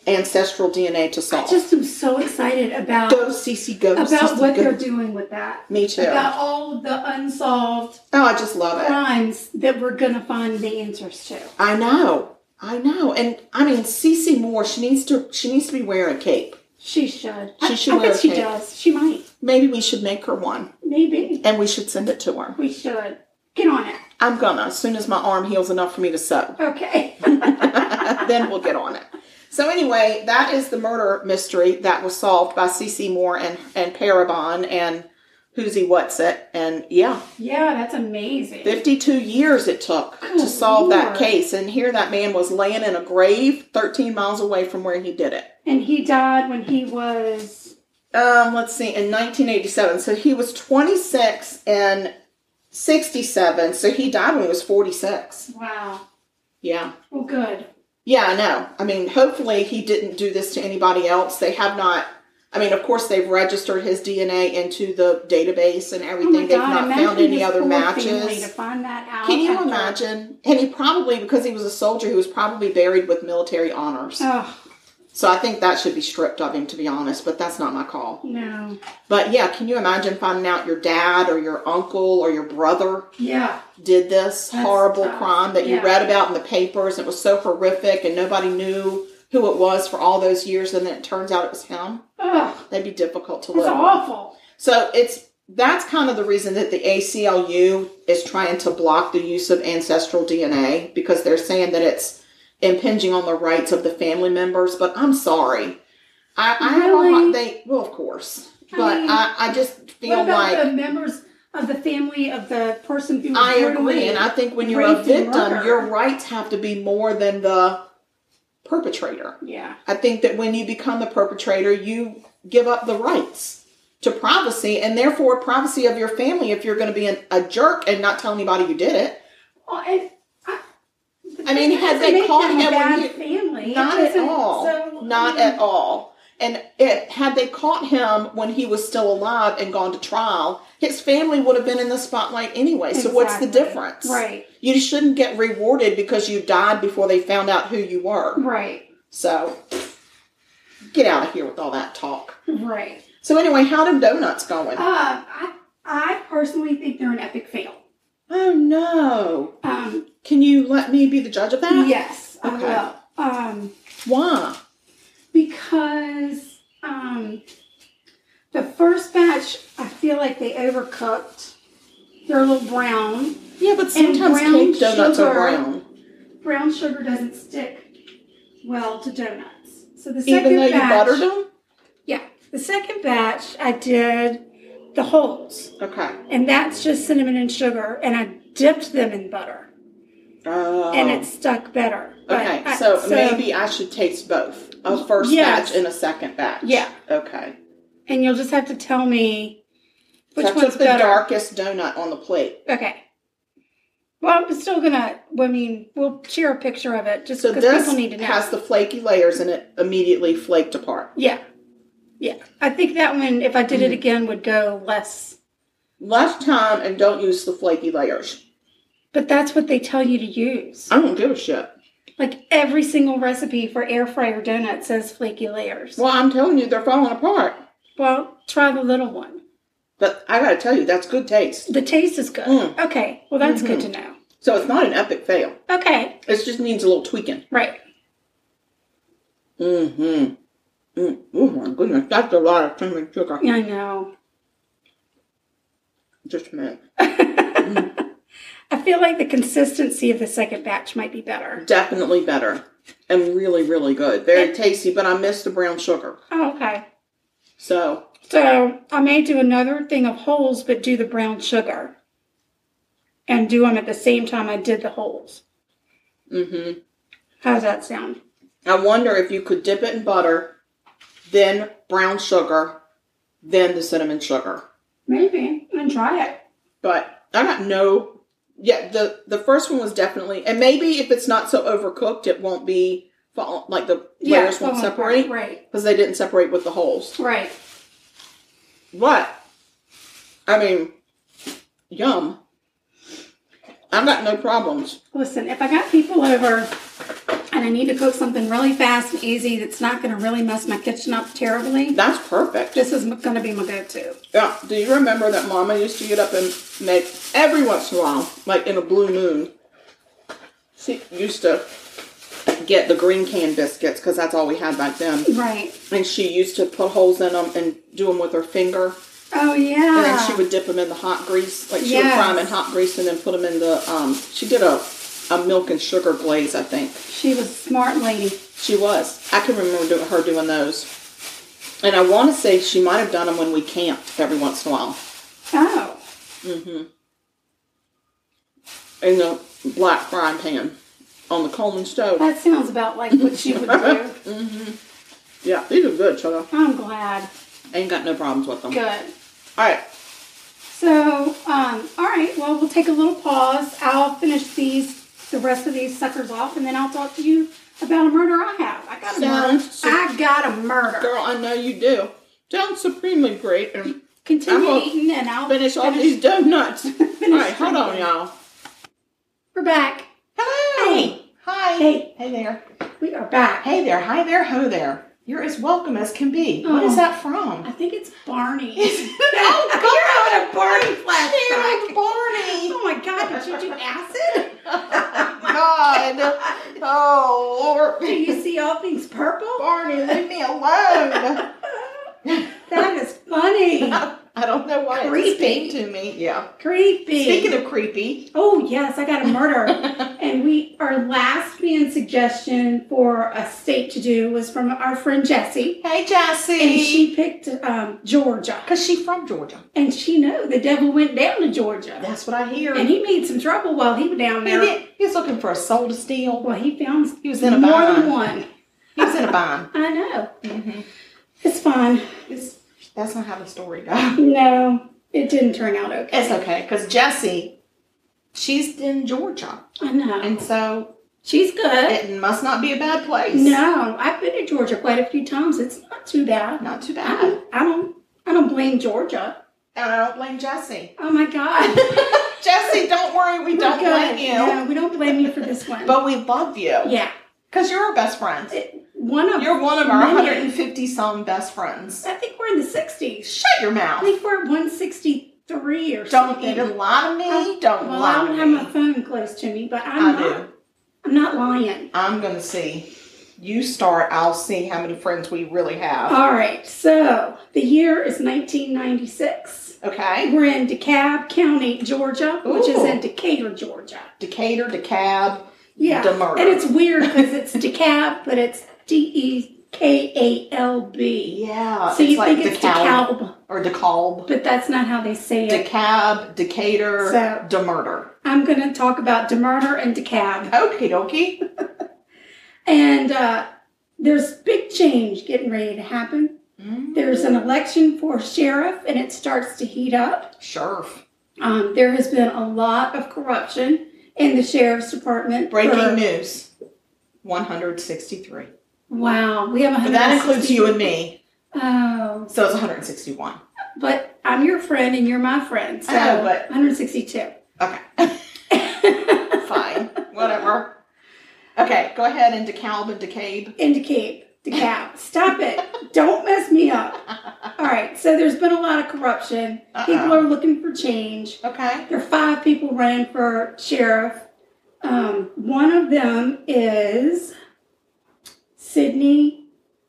Speaker 2: ancestral DNA to
Speaker 3: I
Speaker 2: solve.
Speaker 3: just am so excited about
Speaker 2: go, Cece, go.
Speaker 3: about
Speaker 2: Cece,
Speaker 3: what
Speaker 2: go.
Speaker 3: they're doing with that.
Speaker 2: Me too.
Speaker 3: About all the unsolved
Speaker 2: Oh, I just love it.
Speaker 3: crimes that we're gonna find the answers to.
Speaker 2: I know. I know. And I mean, Cece Moore. She needs to. She needs to be wearing a cape.
Speaker 3: She should.
Speaker 2: She
Speaker 3: I,
Speaker 2: should
Speaker 3: I
Speaker 2: wear a
Speaker 3: bet she
Speaker 2: cape.
Speaker 3: does. She might.
Speaker 2: Maybe we should make her one,
Speaker 3: Maybe
Speaker 2: and we should send it to her.
Speaker 3: we should get on it.
Speaker 2: I'm gonna as soon as my arm heals enough for me to sew.
Speaker 3: Okay.
Speaker 2: then we'll get on it. So anyway, that is the murder mystery that was solved by CC Moore and and Parabon and who's he what's it and yeah,
Speaker 3: yeah, that's amazing.
Speaker 2: 52 years it took to
Speaker 3: Good
Speaker 2: solve that
Speaker 3: Lord.
Speaker 2: case and here that man was laying in a grave 13 miles away from where he did it.
Speaker 3: and he died when he was
Speaker 2: Um, let's see in 1987. So he was 26 and 67. So he died when he was 46.
Speaker 3: wow.
Speaker 2: Yeah.
Speaker 3: Well, good.
Speaker 2: Yeah, I know. I mean, hopefully he didn't do this to anybody else. They have not. I mean, of course, they've registered his DNA into the database and
Speaker 3: Oh
Speaker 2: everything.
Speaker 3: my
Speaker 2: they've
Speaker 3: God!
Speaker 2: not found
Speaker 3: Imagine
Speaker 2: any
Speaker 3: his
Speaker 2: other
Speaker 3: poor family to
Speaker 2: matches.
Speaker 3: find that out.
Speaker 2: Can you
Speaker 3: after-
Speaker 2: imagine? And he probably, because he was a soldier, he was probably buried with military honors.
Speaker 3: Oh
Speaker 2: So I think that should be stripped of him, to be honest, but that's not my call.
Speaker 3: no.
Speaker 2: But yeah, can you imagine finding out your dad or your uncle or your brother
Speaker 3: Yeah.
Speaker 2: did this
Speaker 3: That's
Speaker 2: horrible
Speaker 3: tough.
Speaker 2: crime that you
Speaker 3: Yeah.
Speaker 2: read about in the papers. It was so horrific, and nobody knew who it was for all those years. And then it turns out it was him.
Speaker 3: Oh,
Speaker 2: That'd be difficult to
Speaker 3: that's
Speaker 2: live. with.
Speaker 3: awful.
Speaker 2: So it's that's kind of the reason that the ACLU is trying to block the use of ancestral DNA because they're saying that it's impinging on the rights of the family members. But I'm sorry, I, I have all my
Speaker 3: Really?
Speaker 2: they well, of course,
Speaker 3: I
Speaker 2: but
Speaker 3: mean,
Speaker 2: I, I just feel
Speaker 3: What about
Speaker 2: like
Speaker 3: the members of the family of the person who? was
Speaker 2: I agree,
Speaker 3: brutally-
Speaker 2: and I think when you're a
Speaker 3: raped and
Speaker 2: victim,
Speaker 3: murdered.
Speaker 2: your rights have to be more than the perpetrator.
Speaker 3: yeah.
Speaker 2: I think that when you become the perpetrator, you give up the rights to privacy and therefore privacy of your family if you're going to be an, a jerk and not tell anybody you did it.
Speaker 3: Well, and I,
Speaker 2: I mean, had they called
Speaker 3: him
Speaker 2: him
Speaker 3: a bad
Speaker 2: when
Speaker 3: family?
Speaker 2: Not
Speaker 3: It
Speaker 2: at
Speaker 3: doesn't-
Speaker 2: all.
Speaker 3: So,
Speaker 2: not at all. And it, had they caught him when he was still alive and gone to trial, his family would have been in the spotlight anyway. So what's the
Speaker 3: Exactly.
Speaker 2: difference?
Speaker 3: Right.
Speaker 2: You shouldn't get rewarded because you died before they found out who you were.
Speaker 3: Right.
Speaker 2: So get out of here with all that talk.
Speaker 3: Right.
Speaker 2: So anyway, how them donuts going?
Speaker 3: Uh, I I personally think they're an epic fail.
Speaker 2: Oh no.
Speaker 3: Um,
Speaker 2: Can you let me be the judge of that?
Speaker 3: yes, I
Speaker 2: Okay.
Speaker 3: will. Um,
Speaker 2: Why?
Speaker 3: because um, the first batch, I feel like they overcooked. They're a little brown.
Speaker 2: Yeah, but sometimes
Speaker 3: brown
Speaker 2: cake donuts are
Speaker 3: sugar.
Speaker 2: brown.
Speaker 3: Brown sugar doesn't stick well to donuts. So the second
Speaker 2: Even though you
Speaker 3: batch,
Speaker 2: buttered them?
Speaker 3: yeah, the second batch I did the holes,
Speaker 2: Okay.
Speaker 3: and that's just cinnamon and sugar, and I dipped them in butter,
Speaker 2: Oh.
Speaker 3: and it stuck better. But
Speaker 2: okay,
Speaker 3: I-
Speaker 2: so, maybe I should taste both a first
Speaker 3: Yes.
Speaker 2: batch and a second batch.
Speaker 3: Yeah.
Speaker 2: Okay.
Speaker 3: and you'll just have to tell me which
Speaker 2: so I
Speaker 3: one's
Speaker 2: took the
Speaker 3: better.
Speaker 2: darkest donut on the plate.
Speaker 3: Okay. Well, I'm still gonna. I mean, we'll share a picture of it just
Speaker 2: So
Speaker 3: because
Speaker 2: this
Speaker 3: people need to know.
Speaker 2: has the flaky layers and it immediately flaked apart.
Speaker 3: yeah, yeah. I think that one, if I did
Speaker 2: Mm-hmm.
Speaker 3: it again, would go less.
Speaker 2: Left time and don't use the flaky layers.
Speaker 3: But that's what they tell you to use.
Speaker 2: I don't give a shit.
Speaker 3: Like every single recipe for air fryer donut says flaky layers.
Speaker 2: Well, I'm telling you, they're falling apart.
Speaker 3: Well, try the little one.
Speaker 2: But I gotta tell you, that's good taste.
Speaker 3: The taste is good.
Speaker 2: Mm. Mm-hmm.
Speaker 3: Okay, well that's good to know.
Speaker 2: So it's not an epic fail.
Speaker 3: Okay,
Speaker 2: It just needs a little tweaking.
Speaker 3: right.
Speaker 2: Mm-hmm. Mm. Oh my goodness, that's a lot of cinnamon sugar.
Speaker 3: Yeah, I know.
Speaker 2: Just a minute.
Speaker 3: I feel like the consistency of the second batch might be better.
Speaker 2: Definitely better. And really, really good. Very tasty, but I miss the brown sugar.
Speaker 3: Oh, okay.
Speaker 2: So
Speaker 3: So I may do another thing of holes, but do the brown sugar and do them at the same time I did the holes.
Speaker 2: hmm
Speaker 3: How's that sound?
Speaker 2: I wonder if you could dip it in butter, then brown sugar, then the cinnamon sugar.
Speaker 3: Maybe. And try it.
Speaker 2: But I got no. Yeah, the the first one was definitely, and maybe if it's not so overcooked, it won't be fall, like the layers
Speaker 3: yeah,
Speaker 2: won't
Speaker 3: falling apart.
Speaker 2: separate
Speaker 3: Right.
Speaker 2: because they didn't separate with the holes.
Speaker 3: Right.
Speaker 2: But I mean, yum. I've got no problems.
Speaker 3: Listen, if I got people over and I need to cook something really fast and easy that's not going to really mess my kitchen up terribly,
Speaker 2: That's perfect.
Speaker 3: this is going to be my go to.
Speaker 2: Yeah. Do you remember that Mama used to get up and make every once in a while, like in a blue moon? She used to get the green can biscuits because that's all we had back then,
Speaker 3: Right.
Speaker 2: and she used to put holes in them and do them with her finger,
Speaker 3: Oh,
Speaker 2: and
Speaker 3: yeah.
Speaker 2: then she would dip them in the hot grease, like she
Speaker 3: Yes.
Speaker 2: would fry them in hot grease and then put them in the. Um, she did a a milk and sugar glaze, I think.
Speaker 3: she was a smart lady.
Speaker 2: She was. I can remember doing, her doing those, and I want to say she might have done them when we camped every once in a while.
Speaker 3: Oh.
Speaker 2: in the black frying pan on the Coleman stove.
Speaker 3: That sounds about like what she would do.
Speaker 2: Yeah, these are good, Chilla.
Speaker 3: I'm glad.
Speaker 2: Ain't got no problems with them.
Speaker 3: Good.
Speaker 2: All right.
Speaker 3: So, um, all right. Well, we'll take a little pause. I'll finish these, the rest of these suckers off, and then I'll talk to you about a murder I have. I got a murder.
Speaker 2: Sounds
Speaker 3: I got a murder.
Speaker 2: Girl, I know you do. Sounds supremely great and
Speaker 3: Continue
Speaker 2: I will
Speaker 3: eating, and I'll
Speaker 2: finish all these donuts. All right, hold on,
Speaker 3: drinking.
Speaker 2: y'all.
Speaker 3: We're back.
Speaker 2: Hello.
Speaker 3: Hey.
Speaker 2: Hi.
Speaker 3: Hey.
Speaker 2: Hey there.
Speaker 3: We are back.
Speaker 2: Hey there. Hi there. Ho there. You're as welcome as can be. What
Speaker 3: Oh.
Speaker 2: is that from?
Speaker 3: I think it's Barney.
Speaker 2: oh, God. Barney
Speaker 3: flashback.
Speaker 2: Like Barney.
Speaker 3: oh my God! Did you do acid?
Speaker 2: Oh God. Oh,
Speaker 3: Do
Speaker 2: Lord.
Speaker 3: you see all things purple?
Speaker 2: Barney, leave me alone.
Speaker 3: That is funny.
Speaker 2: I don't know why
Speaker 3: Creepy.
Speaker 2: it came to me. Yeah.
Speaker 3: Creepy.
Speaker 2: Speaking of creepy,
Speaker 3: Oh, yes, I got a murder. and we, our last fan suggestion for a state to do was from our friend Jessie.
Speaker 2: hey
Speaker 3: And
Speaker 2: Jessie,
Speaker 3: she picked um, Georgia.
Speaker 2: because she's from Georgia.
Speaker 3: And she knew the devil went down to Georgia.
Speaker 2: That's what I hear.
Speaker 3: And he made some trouble while he was down
Speaker 2: He
Speaker 3: there.
Speaker 2: did- he was looking for a soul to steal.
Speaker 3: Well, he found
Speaker 2: He was in a
Speaker 3: more
Speaker 2: bind.
Speaker 3: than one.
Speaker 2: He was in a bind.
Speaker 3: I know.
Speaker 2: Mm-hmm.
Speaker 3: It's fine.
Speaker 2: It's, that's not how the story goes.
Speaker 3: No, it didn't turn out okay.
Speaker 2: It's okay because Jessie, she's in Georgia,
Speaker 3: I know.
Speaker 2: and so
Speaker 3: She's good.
Speaker 2: it must not be a bad place.
Speaker 3: No, I've been to Georgia quite a few times. It's not too bad.
Speaker 2: not too
Speaker 3: I
Speaker 2: bad.
Speaker 3: don't, I don't, I don't blame Georgia.
Speaker 2: And I don't blame Jessie.
Speaker 3: Oh my God.
Speaker 2: Jessie, don't worry, we don't
Speaker 3: We're good.
Speaker 2: blame you,
Speaker 3: No, we don't blame you for this one.
Speaker 2: but we love you
Speaker 3: yeah,
Speaker 2: because you're our best friends.
Speaker 3: It- one of
Speaker 2: You're one of our
Speaker 3: many.
Speaker 2: 150 some best friends.
Speaker 3: I think we're in the sixties.
Speaker 2: Shut your
Speaker 3: I
Speaker 2: mouth.
Speaker 3: think we're at one sixty three or
Speaker 2: Don't
Speaker 3: something.
Speaker 2: even lie to me. Don't
Speaker 3: Well, I
Speaker 2: lie to
Speaker 3: don't have my
Speaker 2: me.
Speaker 3: phone close to me, but I'm
Speaker 2: I
Speaker 3: not.
Speaker 2: do.
Speaker 3: I'm not lying.
Speaker 2: I'm going to see. you start, I'll see how many friends we really have.
Speaker 3: All right, so the year is 1996.
Speaker 2: Okay.
Speaker 3: We're in DeKalb County, Georgia, which is in
Speaker 2: Ooh.
Speaker 3: Decatur, Georgia.
Speaker 2: Decatur, DeKalb.
Speaker 3: Yeah.
Speaker 2: Demurra.
Speaker 3: And it's weird because it's DeKalb, but it's D E K A L B.
Speaker 2: Yeah.
Speaker 3: So you
Speaker 2: like
Speaker 3: think it's
Speaker 2: DeKalb
Speaker 3: DeKalb,
Speaker 2: or DeKalb.
Speaker 3: but that's not how they say it.
Speaker 2: DeKalb, Decatur,
Speaker 3: So-
Speaker 2: Demurder.
Speaker 3: I'm going to talk about DeMurder and DeKalb.
Speaker 2: Okay, dokie.
Speaker 3: And uh, there's big change getting ready to happen.
Speaker 2: Mm.
Speaker 3: There's an election for sheriff, and it starts to heat up.
Speaker 2: Sheriff.
Speaker 3: Um, there has been a lot of corruption in the sheriff's department.
Speaker 2: Breaking
Speaker 3: for-
Speaker 2: news. 163.
Speaker 3: Wow, we have a
Speaker 2: But that includes you and me.
Speaker 3: Oh,
Speaker 2: So it's 161.
Speaker 3: but I'm your friend and you're my friend. So
Speaker 2: I know, but-
Speaker 3: 162.
Speaker 2: Okay. Fine. Whatever. Okay, go ahead and DeKalb and DeCabe.
Speaker 3: Indicate the cap. Stop it. Don't mess me up. All right. So there's been a lot of corruption. People
Speaker 2: Uh-oh.
Speaker 3: are looking for change.
Speaker 2: Okay.
Speaker 3: There are five people running for sheriff. Um, one of them is Sydney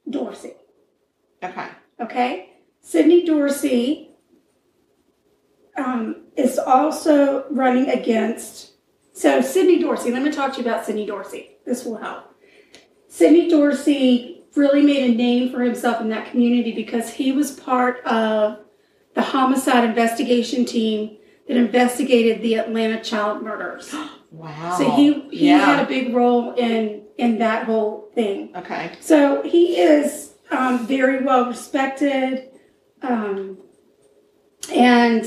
Speaker 3: Dorsey.
Speaker 2: Okay.
Speaker 3: Okay. Sydney Dorsey um, is also running against. So, Sydney Dorsey, let me talk to you about Sydney Dorsey. This will help. Sydney Dorsey really made a name for himself in that community because he was part of the homicide investigation team that investigated the Atlanta child murders.
Speaker 2: Wow.
Speaker 3: So he, he had
Speaker 2: yeah.
Speaker 3: a big role in in that whole thing.
Speaker 2: okay.
Speaker 3: So he is um, very well respected, um, and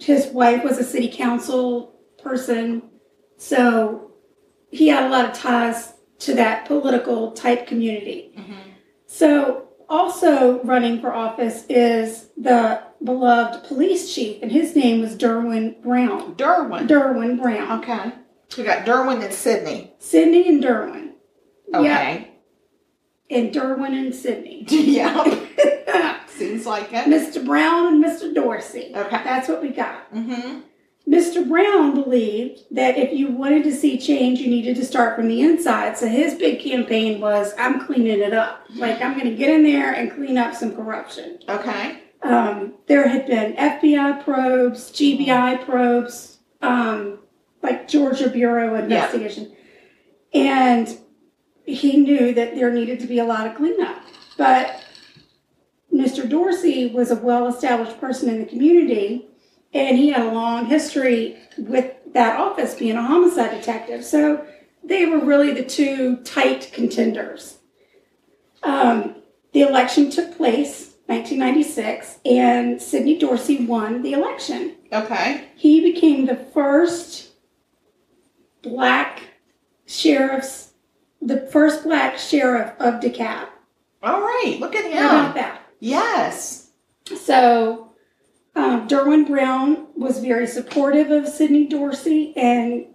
Speaker 3: his wife was a city council person, so he had a lot of ties to that political type community. So also running for office is the beloved police chief, and his name was Derwin Brown.
Speaker 2: Derwin.
Speaker 3: Derwin Brown,
Speaker 2: okay. We got Derwin and Sydney.
Speaker 3: Sydney and Derwin. Yeah,
Speaker 2: Okay.
Speaker 3: and Derwin and Sydney.
Speaker 2: Yeah. Seems like it.
Speaker 3: Mr. Brown and Mr. Dorsey.
Speaker 2: Okay.
Speaker 3: That's what we got.
Speaker 2: Mm-hmm.
Speaker 3: Mr. Brown believed that if you wanted to see change, you needed to start from the inside. So his big campaign was I'm cleaning it up. Like, I'm going to get in there and clean up some corruption.
Speaker 2: Okay.
Speaker 3: Um, there had been FBI probes, GBI probes, um, like Georgia Bureau of
Speaker 2: Yeah.
Speaker 3: Investigation. And he knew that there needed to be a lot of cleanup. But Mr. Dorsey was a well established person in the community, and he had a long history with that office being a homicide detective. So they were really the two tight contenders. Um, the election took place 1996, and Sidney Dorsey won the election.
Speaker 2: Okay.
Speaker 3: He became the first black sheriff's, the first black sheriff of DeKalb.
Speaker 2: All right. Look at
Speaker 3: How about
Speaker 2: him.
Speaker 3: that?
Speaker 2: Yes.
Speaker 3: So, um, Derwin Brown was very supportive of Sidney Dorsey, and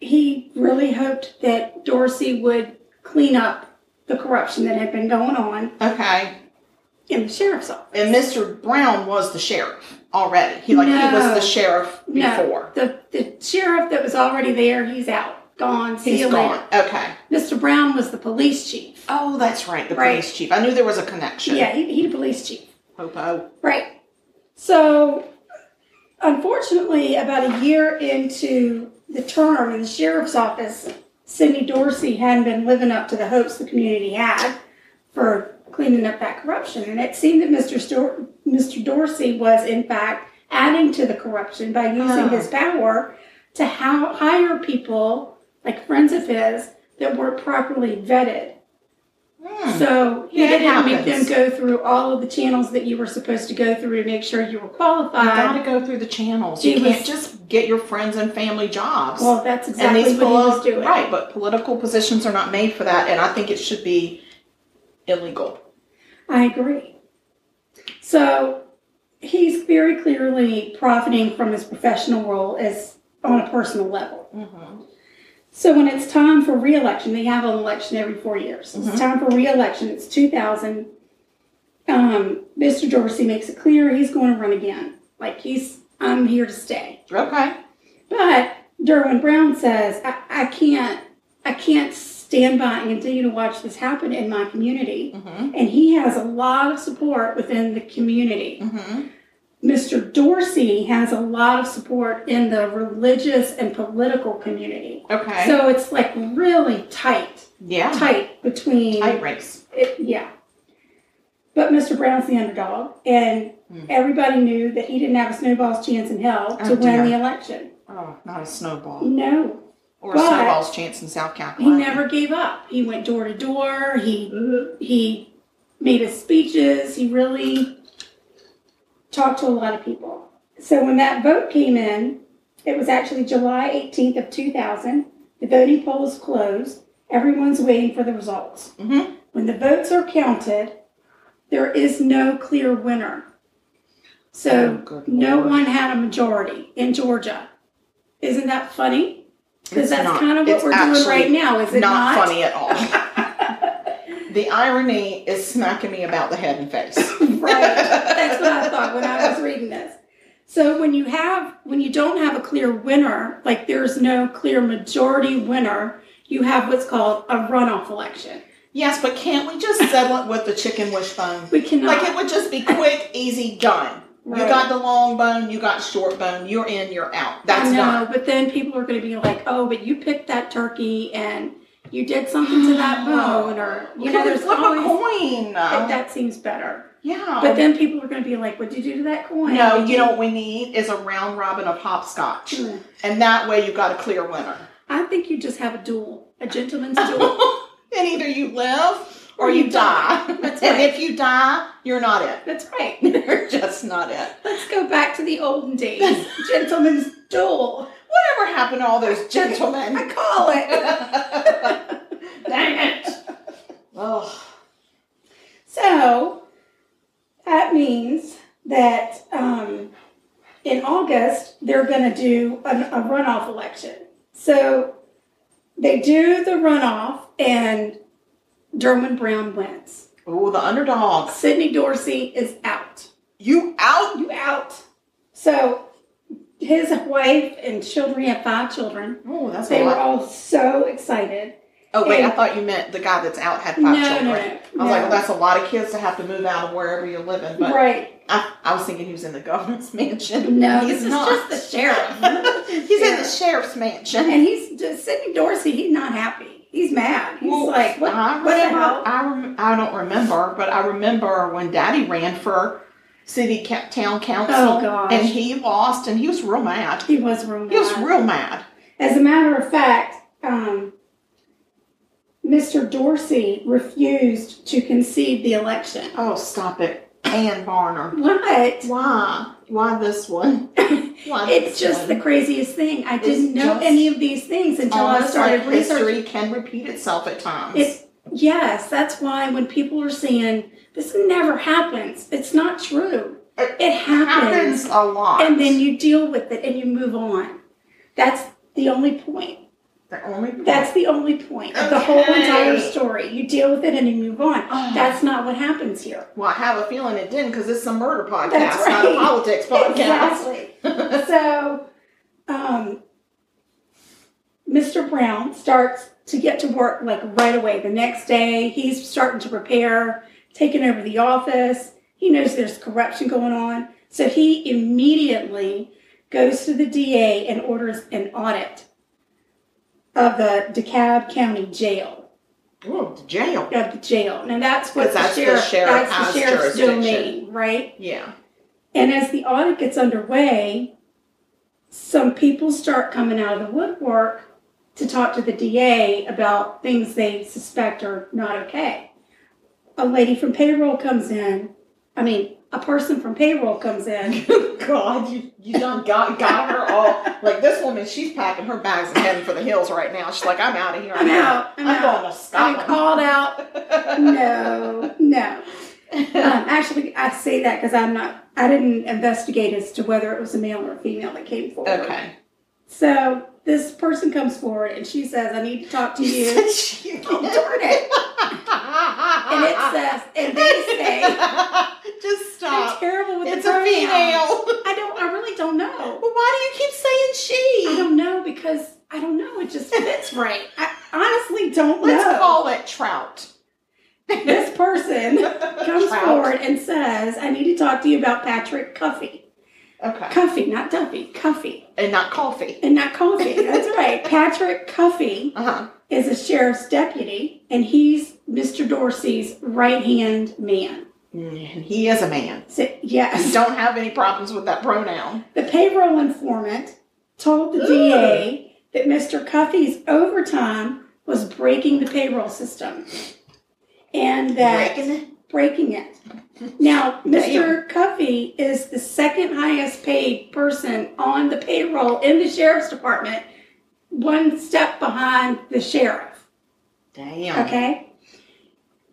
Speaker 3: he really hoped that Dorsey would clean up the corruption that had been going on
Speaker 2: Okay.
Speaker 3: in the sheriff's office.
Speaker 2: And Mr. Brown was the sheriff already. He like he was
Speaker 3: No.
Speaker 2: the sheriff before.
Speaker 3: No, the, the sheriff that was already there, he's out, gone, see
Speaker 2: He's
Speaker 3: you
Speaker 2: gone.
Speaker 3: later.
Speaker 2: Okay.
Speaker 3: Mr. Brown was the police chief.
Speaker 2: Oh, that's right. The
Speaker 3: Right.
Speaker 2: police chief. I knew there was a connection.
Speaker 3: Yeah, he, he the police chief.
Speaker 2: Popo.
Speaker 3: Right. So, unfortunately, about a year into the term in the sheriff's office, Sidney Dorsey hadn't been living up to the hopes the community had for cleaning up that corruption. And it seemed that Mr. Stor- Mr. Dorsey was, in fact, adding to the corruption by using
Speaker 2: Oh.
Speaker 3: his power to how- hire people, like friends of his, that weren't properly vetted.
Speaker 2: Hmm.
Speaker 3: So he
Speaker 2: Yeah, it
Speaker 3: didn't make them
Speaker 2: happens.
Speaker 3: go through all of the channels that you were supposed to go through to make sure you were
Speaker 2: You gotta
Speaker 3: qualified.
Speaker 2: go through the channels.
Speaker 3: He
Speaker 2: You can't
Speaker 3: Uh, was-
Speaker 2: just get your friends and family jobs.
Speaker 3: Well, that's exactly what
Speaker 2: poli-
Speaker 3: he was doing.
Speaker 2: right, but political positions are not made for that, and I think it should be illegal.
Speaker 3: I agree. So he's very clearly profiting from his professional role as on a personal level.
Speaker 2: Mm-hmm.
Speaker 3: So when it's time for reelection, they have an election every four years. It's time for reelection. It's 2000. Um, Mr. Dorsey makes it clear he's going to run again. Like he's, I'm here to stay.
Speaker 2: Okay.
Speaker 3: But Derwin Brown says, I, I can't, I can't s- stand by and continue to watch this happen in my community.
Speaker 2: Mm-hmm.
Speaker 3: And he has a lot of support within the community.
Speaker 2: Mm-hmm.
Speaker 3: Mr. Dorsey has a lot of support in the religious and political community.
Speaker 2: Okay.
Speaker 3: So it's like really tight,
Speaker 2: yeah.
Speaker 3: tight between
Speaker 2: Tight race.
Speaker 3: it, yeah. But Mr. Brown's the underdog, and
Speaker 2: Hmm.
Speaker 3: everybody knew that he didn't have a snowball's chance in hell to
Speaker 2: Oh,
Speaker 3: win
Speaker 2: dear.
Speaker 3: the election.
Speaker 2: Oh, not a snowball.
Speaker 3: No,
Speaker 2: Or
Speaker 3: But-
Speaker 2: a snowball's chance in South
Speaker 3: he
Speaker 2: Carolina.
Speaker 3: never gave up. He went door to door. He he made his speeches. He really talked to a lot of people. So when that vote came in, it was actually July 18th of 2000. The voting polls closed. Everyone's waiting for the results.
Speaker 2: Mhm.
Speaker 3: When the votes are counted, there is no clear winner. So
Speaker 2: Oh, good
Speaker 3: no
Speaker 2: Lord.
Speaker 3: one had a majority in Georgia. Isn't that funny? Because
Speaker 2: It's
Speaker 3: that's
Speaker 2: not-
Speaker 3: kind of what
Speaker 2: it's
Speaker 3: we're doing
Speaker 2: actually
Speaker 3: right now, is it
Speaker 2: not,
Speaker 3: not?
Speaker 2: funny at all. the irony is smacking me about the head and face.
Speaker 3: right. That's what I thought when I was reading this. So when you have when you don't have a clear winner, like there's no clear majority winner, you have what's called a runoff election.
Speaker 2: yes, but can't we just settle it with the chicken wishbone?
Speaker 3: We cannot
Speaker 2: Like it would just be quick, easy, done. You
Speaker 3: Right.
Speaker 2: got the long bone, you got short bone, you're in, you're out. That's
Speaker 3: I know,
Speaker 2: not
Speaker 3: but then people are going to be like, "Oh, but you picked that turkey and you did something to that bone," or you
Speaker 2: Could
Speaker 3: know,
Speaker 2: we
Speaker 3: there's
Speaker 2: flip
Speaker 3: always
Speaker 2: a coin.
Speaker 3: that, that seems better.
Speaker 2: yeah.
Speaker 3: But then people are going to be like, "What did you do to that coin?"
Speaker 2: no, you know what we need is a round robin of hopscotch.
Speaker 3: Mm.
Speaker 2: And that way you've got a clear winner.
Speaker 3: I think you just have a duel, a gentleman's duel.
Speaker 2: and either you live or
Speaker 3: Or
Speaker 2: you,
Speaker 3: you
Speaker 2: die.
Speaker 3: die. That's
Speaker 2: and
Speaker 3: right.
Speaker 2: if you die, you're not it.
Speaker 3: That's right.
Speaker 2: You're just not it.
Speaker 3: Let's go back to the olden days. Gentleman's duel.
Speaker 2: Whatever happened to all those
Speaker 3: I
Speaker 2: gentlemen?
Speaker 3: call it.
Speaker 2: Dang it. Oh,
Speaker 3: So that means that um, in August, they're going to do an, a runoff election. So they do the runoff, and Derwin Brown wins.
Speaker 2: Ooh, the underdog.
Speaker 3: Sidney Dorsey is out.
Speaker 2: You out?
Speaker 3: You out. So his wife and children, he had five children.
Speaker 2: Oh, that's
Speaker 3: They
Speaker 2: a
Speaker 3: were
Speaker 2: lot.
Speaker 3: all so excited.
Speaker 2: Oh, wait, I
Speaker 3: and-
Speaker 2: thought you meant the guy that's out had five
Speaker 3: No, no,
Speaker 2: children.
Speaker 3: no,
Speaker 2: I was like,
Speaker 3: no.
Speaker 2: well, that's a lot of kids to have to move out of wherever you're living. But
Speaker 3: Right.
Speaker 2: I, I was thinking he was in the governor's mansion.
Speaker 3: No,
Speaker 2: he's
Speaker 3: this is
Speaker 2: not.
Speaker 3: just the sheriff.
Speaker 2: He's in the sheriff's mansion.
Speaker 3: and he's just Sidney Dorsey, he's not happy. He's mad. He's
Speaker 2: Well,
Speaker 3: like, what,
Speaker 2: I
Speaker 3: what the
Speaker 2: remember,
Speaker 3: hell?
Speaker 2: I, rem- I don't remember, but I remember when Daddy ran for city ca- town council,
Speaker 3: Oh, gosh.
Speaker 2: and he lost, and he was real mad.
Speaker 3: He was real mad.
Speaker 2: He was real mad.
Speaker 3: As a matter of fact, um, Mr. Dorsey refused to concede the election.
Speaker 2: Oh, stop it, Ann Varner.
Speaker 3: What?
Speaker 2: Why? Why this one? Why
Speaker 3: It's
Speaker 2: this
Speaker 3: just the
Speaker 2: one?
Speaker 3: craziest thing. I didn't know
Speaker 2: just
Speaker 3: any of these things until I
Speaker 2: Almost
Speaker 3: started
Speaker 2: like
Speaker 3: researching.
Speaker 2: history can repeat itself at times.
Speaker 3: It's yes, that's why when people are saying this never happens, it's not true.
Speaker 2: It
Speaker 3: It
Speaker 2: happens
Speaker 3: happens,
Speaker 2: a lot.
Speaker 3: and then you deal with it and you move on. That's the only point.
Speaker 2: the only point-
Speaker 3: That's the only point of the whole
Speaker 2: Okay.
Speaker 3: entire story. You deal with it and you move on.
Speaker 2: Oh.
Speaker 3: That's not what happens here.
Speaker 2: well, I have a feeling it didn't because it's a murder podcast,
Speaker 3: That's
Speaker 2: not a
Speaker 3: right.
Speaker 2: politics podcast.
Speaker 3: Exactly. so, um, Mr. Brown starts to get to work like right away. The next day, he's starting to prepare, taking over the office. He knows there's corruption going on. So he immediately goes to the DA and orders an audit of the DeKalb County Jail.
Speaker 2: Ooh, jail.
Speaker 3: of the jail. Now that's
Speaker 2: 'Cause
Speaker 3: what the
Speaker 2: that's the
Speaker 3: sheriff,
Speaker 2: sheriff
Speaker 3: that's
Speaker 2: has
Speaker 3: the sheriff's
Speaker 2: jurisdiction.
Speaker 3: domain, right?
Speaker 2: Yeah.
Speaker 3: And as the audit gets underway, some people start coming out of the woodwork to talk to the DA about things they suspect are not okay. A lady from payroll comes in. I mean, a person from payroll comes in.
Speaker 2: God, you, you done got, got her all. Like, this woman, she's packing her bags and heading for the hills right now. She's like, I'm out of here.
Speaker 3: I'm out. I'm,
Speaker 2: I'm
Speaker 3: out.
Speaker 2: going to
Speaker 3: I'm
Speaker 2: Scotland.
Speaker 3: called out. No, no. Um, actually, I say that because I'm not. I didn't investigate as to whether it was a male or a female that came forward.
Speaker 2: Okay.
Speaker 3: So this person comes forward and she says, "I need to talk to you."
Speaker 2: She-
Speaker 3: oh, darn it! And it says, and they say,
Speaker 2: Just
Speaker 3: "I'm
Speaker 2: stop.
Speaker 3: terrible with
Speaker 2: It's
Speaker 3: the
Speaker 2: a
Speaker 3: pronouns."
Speaker 2: female.
Speaker 3: I don't. I really don't know.
Speaker 2: Well, why do you keep saying she?
Speaker 3: I don't know because I don't know. It just fits right. I honestly don't
Speaker 2: Let's
Speaker 3: know.
Speaker 2: call it trout.
Speaker 3: this person comes
Speaker 2: Trout.
Speaker 3: forward and says, I need to talk to you about Patrick Cuffy.
Speaker 2: Okay.
Speaker 3: Cuffy, not Duffy, Cuffy.
Speaker 2: And not coffee.
Speaker 3: And not Coffee. That's right. Patrick Cuffy
Speaker 2: Uh huh.
Speaker 3: is a sheriff's deputy, and he's Mr. Dorsey's right hand man.
Speaker 2: And he is a man.
Speaker 3: So,
Speaker 2: I
Speaker 3: yes.
Speaker 2: don't have any problems with that pronoun.
Speaker 3: The payroll informant told the DA that Mr. Cuffy's overtime was breaking the payroll system and that
Speaker 2: Breaking it.
Speaker 3: breaking it. Now, Mr. Cuffy is the second highest paid person on the payroll in the sheriff's department, one step behind the sheriff.
Speaker 2: Damn.
Speaker 3: Okay?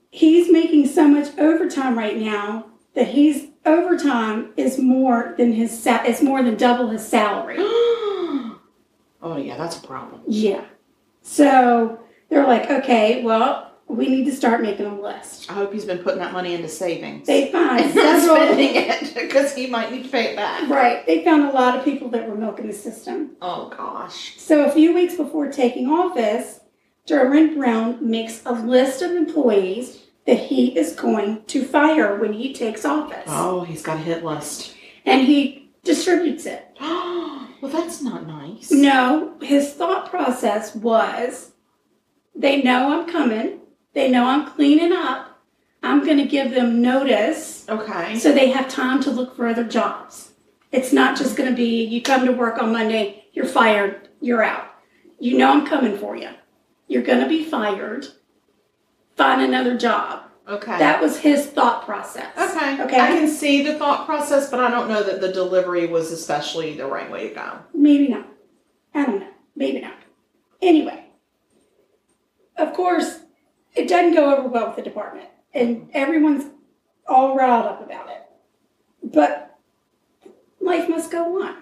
Speaker 3: He's making so much overtime right now that his overtime is more than his sa- it's more than double his salary.
Speaker 2: oh yeah, that's a problem.
Speaker 3: Yeah. So they're like, okay, well, we need to start making a list.
Speaker 2: I hope he's been putting that money into savings.
Speaker 3: They find
Speaker 2: Not
Speaker 3: several
Speaker 2: spending it because he might need to pay it back.
Speaker 3: Right. They found a lot of people that were milking the system.
Speaker 2: Oh gosh.
Speaker 3: So a few weeks before taking office, Derwin Brown makes a list of employees that he is going to fire when he takes office.
Speaker 2: Oh, he's got a hit list.
Speaker 3: And he distributes it.
Speaker 2: well, that's not nice.
Speaker 3: No, his thought process was they know I'm coming, they know I'm cleaning up, I'm going to give them notice.
Speaker 2: Okay.
Speaker 3: So they have time to look for other jobs. It's not just going to be you come to work on Monday, you're fired, you're out. You know I'm coming for you. You're going to be fired. Find another job.
Speaker 2: Okay.
Speaker 3: That was his thought process.
Speaker 2: okay.
Speaker 3: Okay.
Speaker 2: I can see the thought process, but I don't know that the delivery was especially the right way to go.
Speaker 3: Maybe not. I don't know. Maybe not. Anyway, of course, it doesn't go over well with the department, and everyone's all riled up about it. But life must go on.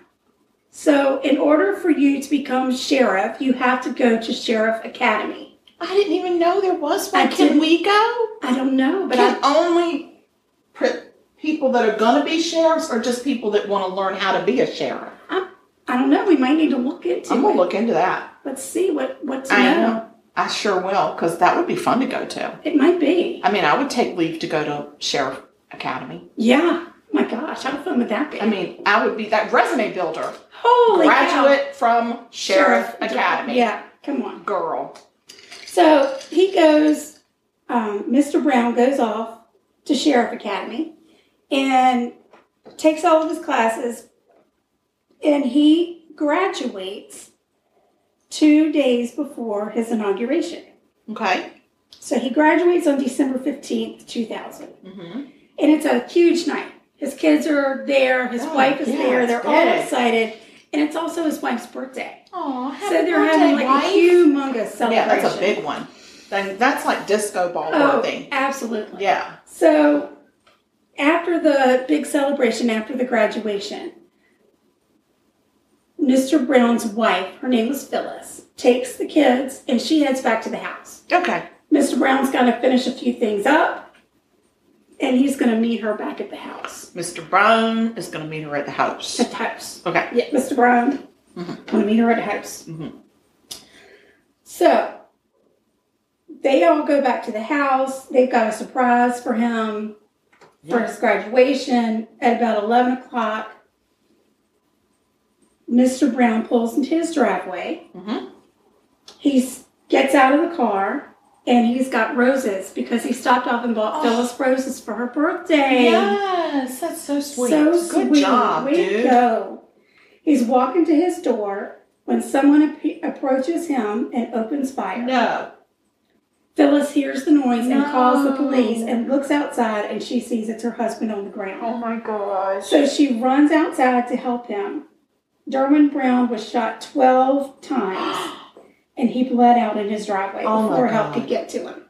Speaker 3: So, in order for you to become sheriff, you have to go to Sheriff Academy.
Speaker 2: I didn't even know there was
Speaker 3: I
Speaker 2: one. Can
Speaker 3: didn't-
Speaker 2: we go?
Speaker 3: I don't know, but
Speaker 2: But
Speaker 3: I,
Speaker 2: I only pre- people that are gonna be sheriffs or just people that want to learn how to be a sheriff.
Speaker 3: I, I don't know. We might need to look into
Speaker 2: I'm gonna
Speaker 3: it.
Speaker 2: look into that.
Speaker 3: Let's see what what's
Speaker 2: I
Speaker 3: know.
Speaker 2: am. I sure will, because that would be fun to go to.
Speaker 3: It might be.
Speaker 2: I mean, I would take leave to go to sheriff academy.
Speaker 3: Yeah. My gosh, how fun would that be?
Speaker 2: I mean, I would be that resume builder,
Speaker 3: holy cow.
Speaker 2: graduate from sheriff, academy.
Speaker 3: Yeah, come on.
Speaker 2: girl.
Speaker 3: So he goes, um, Mr. Brown goes off to Sheriff Academy and takes all of his classes, and he graduates two days before his inauguration.
Speaker 2: Okay.
Speaker 3: So he graduates on December 15th, 2000.
Speaker 2: Mm-hmm.
Speaker 3: And it's a huge night. His kids are there, his
Speaker 2: Oh,
Speaker 3: wife is
Speaker 2: yeah,
Speaker 3: there,
Speaker 2: it's
Speaker 3: they're all
Speaker 2: big.
Speaker 3: excited. And it's also his wife's birthday.
Speaker 2: Oh, happy
Speaker 3: So they're
Speaker 2: birthday,
Speaker 3: having like
Speaker 2: wife.
Speaker 3: a humongous celebration.
Speaker 2: yeah, that's a big one. Then that's like disco ball
Speaker 3: oh,
Speaker 2: worthy.
Speaker 3: absolutely.
Speaker 2: Yeah.
Speaker 3: So after the big celebration, after the graduation, Mr. Brown's wife, her name was Phyllis, takes the kids and she heads back to the house.
Speaker 2: Okay.
Speaker 3: Mr. Brown's got to finish a few things up, and he's going to meet her back at the house.
Speaker 2: Mr. Brown is gonna meet her at the house.
Speaker 3: At the house.
Speaker 2: Okay.
Speaker 3: Yeah, Mr. Brown.
Speaker 2: Mhm.
Speaker 3: Want to meet her at the house.
Speaker 2: Mhm.
Speaker 3: So they all go back to the house. They've got a surprise for him for his graduation at about 11 o'clock. Mr. Brown pulls into his driveway.
Speaker 2: Mhm.
Speaker 3: He gets out of the car and he's got roses because he stopped off and bought
Speaker 2: Oh.
Speaker 3: Phyllis roses for her birthday.
Speaker 2: Yes, that's so sweet.
Speaker 3: So
Speaker 2: Good
Speaker 3: sweet.
Speaker 2: job,
Speaker 3: Way to
Speaker 2: dude.
Speaker 3: go. He's walking to his door when someone ap- approaches him and opens fire.
Speaker 2: No.
Speaker 3: Phyllis hears the noise and calls the
Speaker 2: No.
Speaker 3: police and looks outside and she sees it's her husband on the ground.
Speaker 2: Oh my gosh.
Speaker 3: So she runs outside to help him. Derwin Brown was shot 12 times and he bled out in his driveway
Speaker 2: Oh my
Speaker 3: before help
Speaker 2: God.
Speaker 3: could get to him.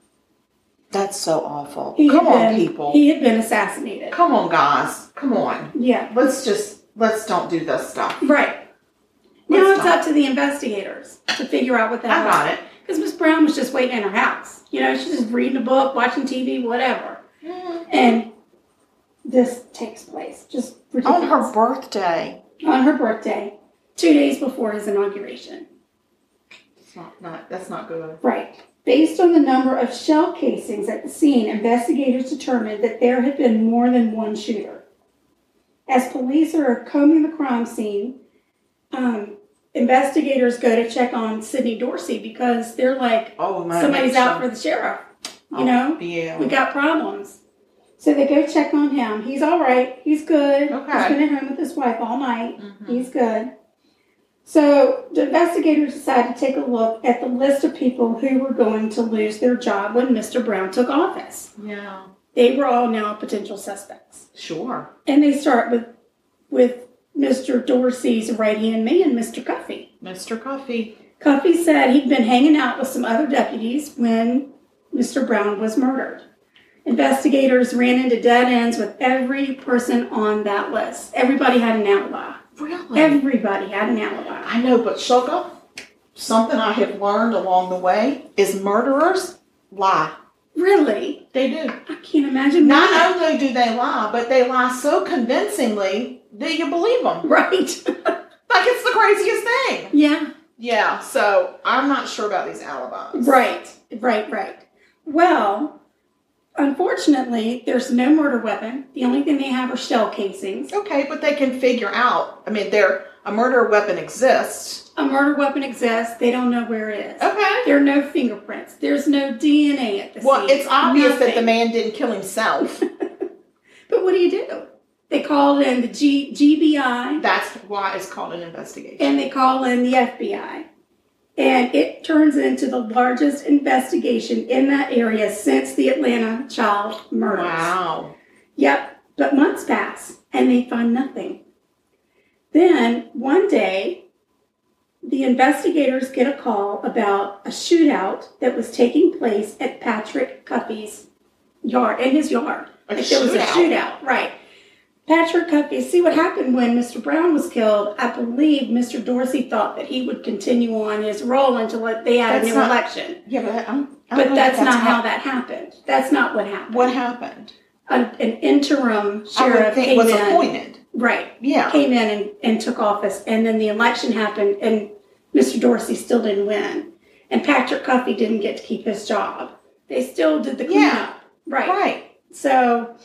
Speaker 2: That's so awful.
Speaker 3: He had
Speaker 2: Come on,
Speaker 3: been-
Speaker 2: people.
Speaker 3: He had been assassinated.
Speaker 2: Come on, guys. Come on.
Speaker 3: Yeah.
Speaker 2: Let's just let's don't do this stuff.
Speaker 3: Right.
Speaker 2: Let's
Speaker 3: Now it's
Speaker 2: not.
Speaker 3: up to the investigators to figure out what the
Speaker 2: I
Speaker 3: hell.
Speaker 2: got it.
Speaker 3: Because Miss Brown was just waiting in her house. You know, she's just reading a book, watching TV, whatever.
Speaker 2: Mm-hmm.
Speaker 3: And this takes place. Just
Speaker 2: On her
Speaker 3: ridiculous.
Speaker 2: birthday.
Speaker 3: on her birthday, two days before his inauguration.
Speaker 2: It's not, not that's not good.
Speaker 3: Right. Based on the number of shell casings at the scene, investigators determined that there had been more than one shooter. As police are combing the crime scene, um, investigators go to check on Sidney Dorsey because they're like,
Speaker 2: Oh my!
Speaker 3: somebody's out for the sheriff.
Speaker 2: Oh.
Speaker 3: You know,
Speaker 2: Yeah.
Speaker 3: we got problems. So they go check on him. He's all right. He's good. He's
Speaker 2: Okay.
Speaker 3: been at home with his wife all night. He's good. So the investigators decided to take a look at the list of people who were going to lose their job when Mr. Brown took office.
Speaker 2: Yeah.
Speaker 3: They were all now potential suspects.
Speaker 2: Sure.
Speaker 3: And they start with with Mr. Dorsey's right hand man, Mr. Cuffy.
Speaker 2: Mr. Coffee.
Speaker 3: Cuffy said he'd been hanging out with some other deputies when Mr. Brown was murdered. Investigators ran into dead ends with every person on that list. Everybody had an alibi.
Speaker 2: Really?
Speaker 3: Everybody had an alibi.
Speaker 2: I know, but sugar, something I have learned along the way is murderers lie.
Speaker 3: Really?
Speaker 2: They do.
Speaker 3: I can't imagine. why.
Speaker 2: Not only do they lie, but they lie so convincingly that you believe them.
Speaker 3: Right.
Speaker 2: Like it's the craziest thing.
Speaker 3: yeah.
Speaker 2: Yeah. So I'm not sure about these alibis.
Speaker 3: Right. Right, right. Well, unfortunately, there's no murder weapon. The only thing they have are shell casings.
Speaker 2: Okay, but they can figure out. I mean, there a murder weapon exists.
Speaker 3: A murder weapon exists. They don't know where it is.
Speaker 2: Okay.
Speaker 3: There are no fingerprints. There's no DNA at the
Speaker 2: Well,
Speaker 3: scene.
Speaker 2: it's obvious that the
Speaker 3: Nothing.
Speaker 2: man didn't kill himself.
Speaker 3: But what do you do? They call in the G- GBI
Speaker 2: That's why it's called an investigation.
Speaker 3: and they call in the FBI. And it turns into the largest investigation in that area since the Atlanta child murders.
Speaker 2: Wow.
Speaker 3: Yep, but months pass and they find nothing. Then one day, the investigators get a call about a shootout that was taking place at Patrick Cuffey's yard, in his yard.
Speaker 2: A
Speaker 3: Like, there was a
Speaker 2: shootout?
Speaker 3: shootout, right. Patrick Cuffey, see what happened when Mr. Brown was killed. I believe Mr. Dorsey thought that he would continue on his role until they had
Speaker 2: That's
Speaker 3: a new
Speaker 2: not-
Speaker 3: election.
Speaker 2: Yeah, but I- I'm, I
Speaker 3: But
Speaker 2: don't think
Speaker 3: that's, not
Speaker 2: how-
Speaker 3: how that happened. That's not what happened
Speaker 2: What happened?
Speaker 3: an, an interim
Speaker 2: I
Speaker 3: sheriff
Speaker 2: would think
Speaker 3: came
Speaker 2: was
Speaker 3: in,
Speaker 2: appointed.
Speaker 3: right?
Speaker 2: Yeah.
Speaker 3: Came in and, and took office, and then the election happened, and Mr. Dorsey still didn't win, and Patrick Cuffey didn't get to keep his job. They still did the
Speaker 2: Yeah.
Speaker 3: cleanup, right?
Speaker 2: Right.
Speaker 3: So,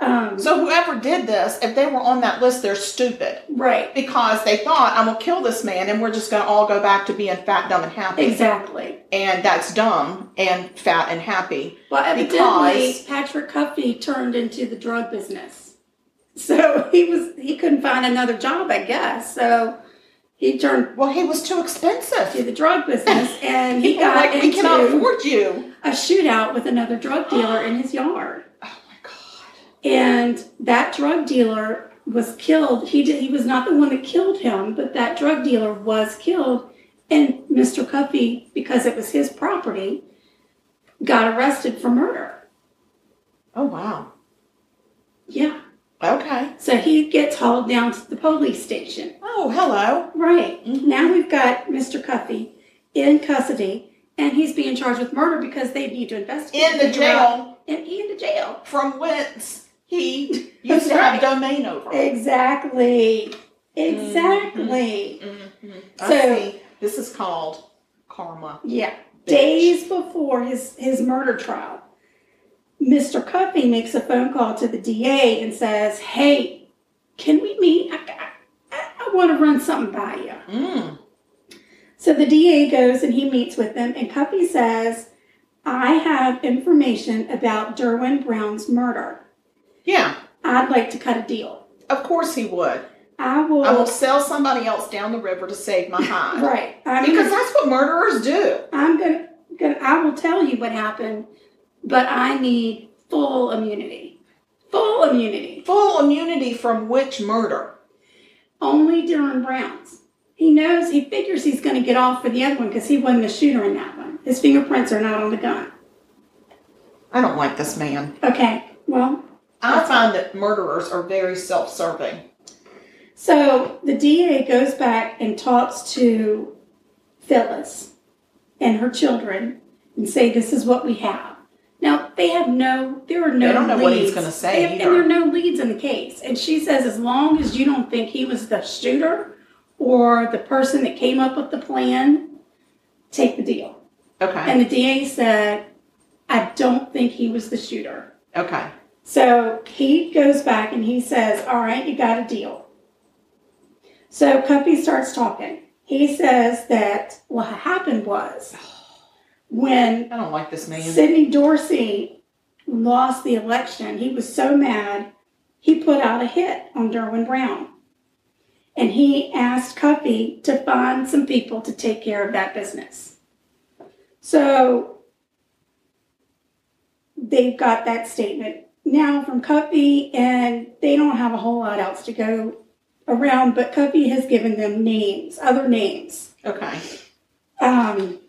Speaker 3: um,
Speaker 2: So whoever did this, if they were on that list, they're stupid
Speaker 3: right,
Speaker 2: because they thought I'm gonna kill this man, and we're just gonna all go back to being fat, dumb, and happy.
Speaker 3: exactly.
Speaker 2: And that's dumb and fat and happy.
Speaker 3: Well, evidently
Speaker 2: Because-
Speaker 3: Patrick Cuffey turned into the drug business, so he was he couldn't find another job, I guess. So he turned
Speaker 2: Well, he was too
Speaker 3: to
Speaker 2: expensive.
Speaker 3: the drug business, and he
Speaker 2: People were
Speaker 3: got
Speaker 2: like
Speaker 3: into
Speaker 2: we cannot afford you.
Speaker 3: a shootout with another drug dealer in his yard.
Speaker 2: Oh my god.
Speaker 3: And that drug dealer was killed. He did, he was not the one that killed him, but that drug dealer was killed. And Mr. Cuffy, because it was his property, got arrested for murder.
Speaker 2: Oh wow.
Speaker 3: Yeah.
Speaker 2: Okay.
Speaker 3: So he gets hauled down to the police station.
Speaker 2: Oh hello.
Speaker 3: Right.
Speaker 2: Mhm.
Speaker 3: Now we've got Mr. Cuffy in custody and he's being charged with murder because they need to investigate.
Speaker 2: In the
Speaker 3: figure out-
Speaker 2: jail
Speaker 3: In, in the jail.
Speaker 2: from whence he
Speaker 3: That's
Speaker 2: used to have
Speaker 3: right.
Speaker 2: domain over.
Speaker 3: Exactly. Exactly.
Speaker 2: Mhm.
Speaker 3: So-
Speaker 2: I see. This is called karma.
Speaker 3: Yeah.
Speaker 2: Bitch.
Speaker 3: Days before his, his murder trial, Mr. Cuffy makes a phone call to the DA and says, Hey, can we meet? I, I, I want to run something by you.
Speaker 2: Mm.
Speaker 3: So the DA goes and he meets with them, and Cuffy says, I have information about Derwin Brown's murder.
Speaker 2: Yeah,
Speaker 3: I'd like to cut a deal.
Speaker 2: of course he would.
Speaker 3: I will.
Speaker 2: I will sell somebody else down the river to save my hide.
Speaker 3: right. I'm gonna-
Speaker 2: Because that's what murderers do.
Speaker 3: I'm gonna, gonna I will tell you what happened, but I need full immunity. Full immunity.
Speaker 2: Full immunity from which murder?
Speaker 3: Only Dylan Brown's. He knows he figures he's gonna get off for the other one because he wasn't the shooter in that one. His fingerprints are not on the gun.
Speaker 2: I don't like this man.
Speaker 3: Okay, well,
Speaker 2: I find that murderers are very self serving.
Speaker 3: so the DA goes back and talks to Phyllis and her children and say this is what we have. Now they have no there are no
Speaker 2: They don't know
Speaker 3: leads.
Speaker 2: what he's gonna say
Speaker 3: They have-
Speaker 2: either.
Speaker 3: and there are no leads in the case. And she says as long as you don't think he was the shooter or the person that came up with the plan, take the deal.
Speaker 2: Okay.
Speaker 3: And the DA said, I don't think he was the shooter.
Speaker 2: Okay.
Speaker 3: So he goes back and he says, All right, you got a deal. So Cuffy starts talking. He says that what happened was when
Speaker 2: I don't like this man.
Speaker 3: Sidney Dorsey lost the election, he was so mad, he put out a hit on Derwin Brown. And he asked Cuffy to find some people to take care of that business. So they've got that statement now from Cuffy, and they don't have a whole lot else to go around, but Cuffy has given them names, other names.
Speaker 2: Okay.
Speaker 3: Um,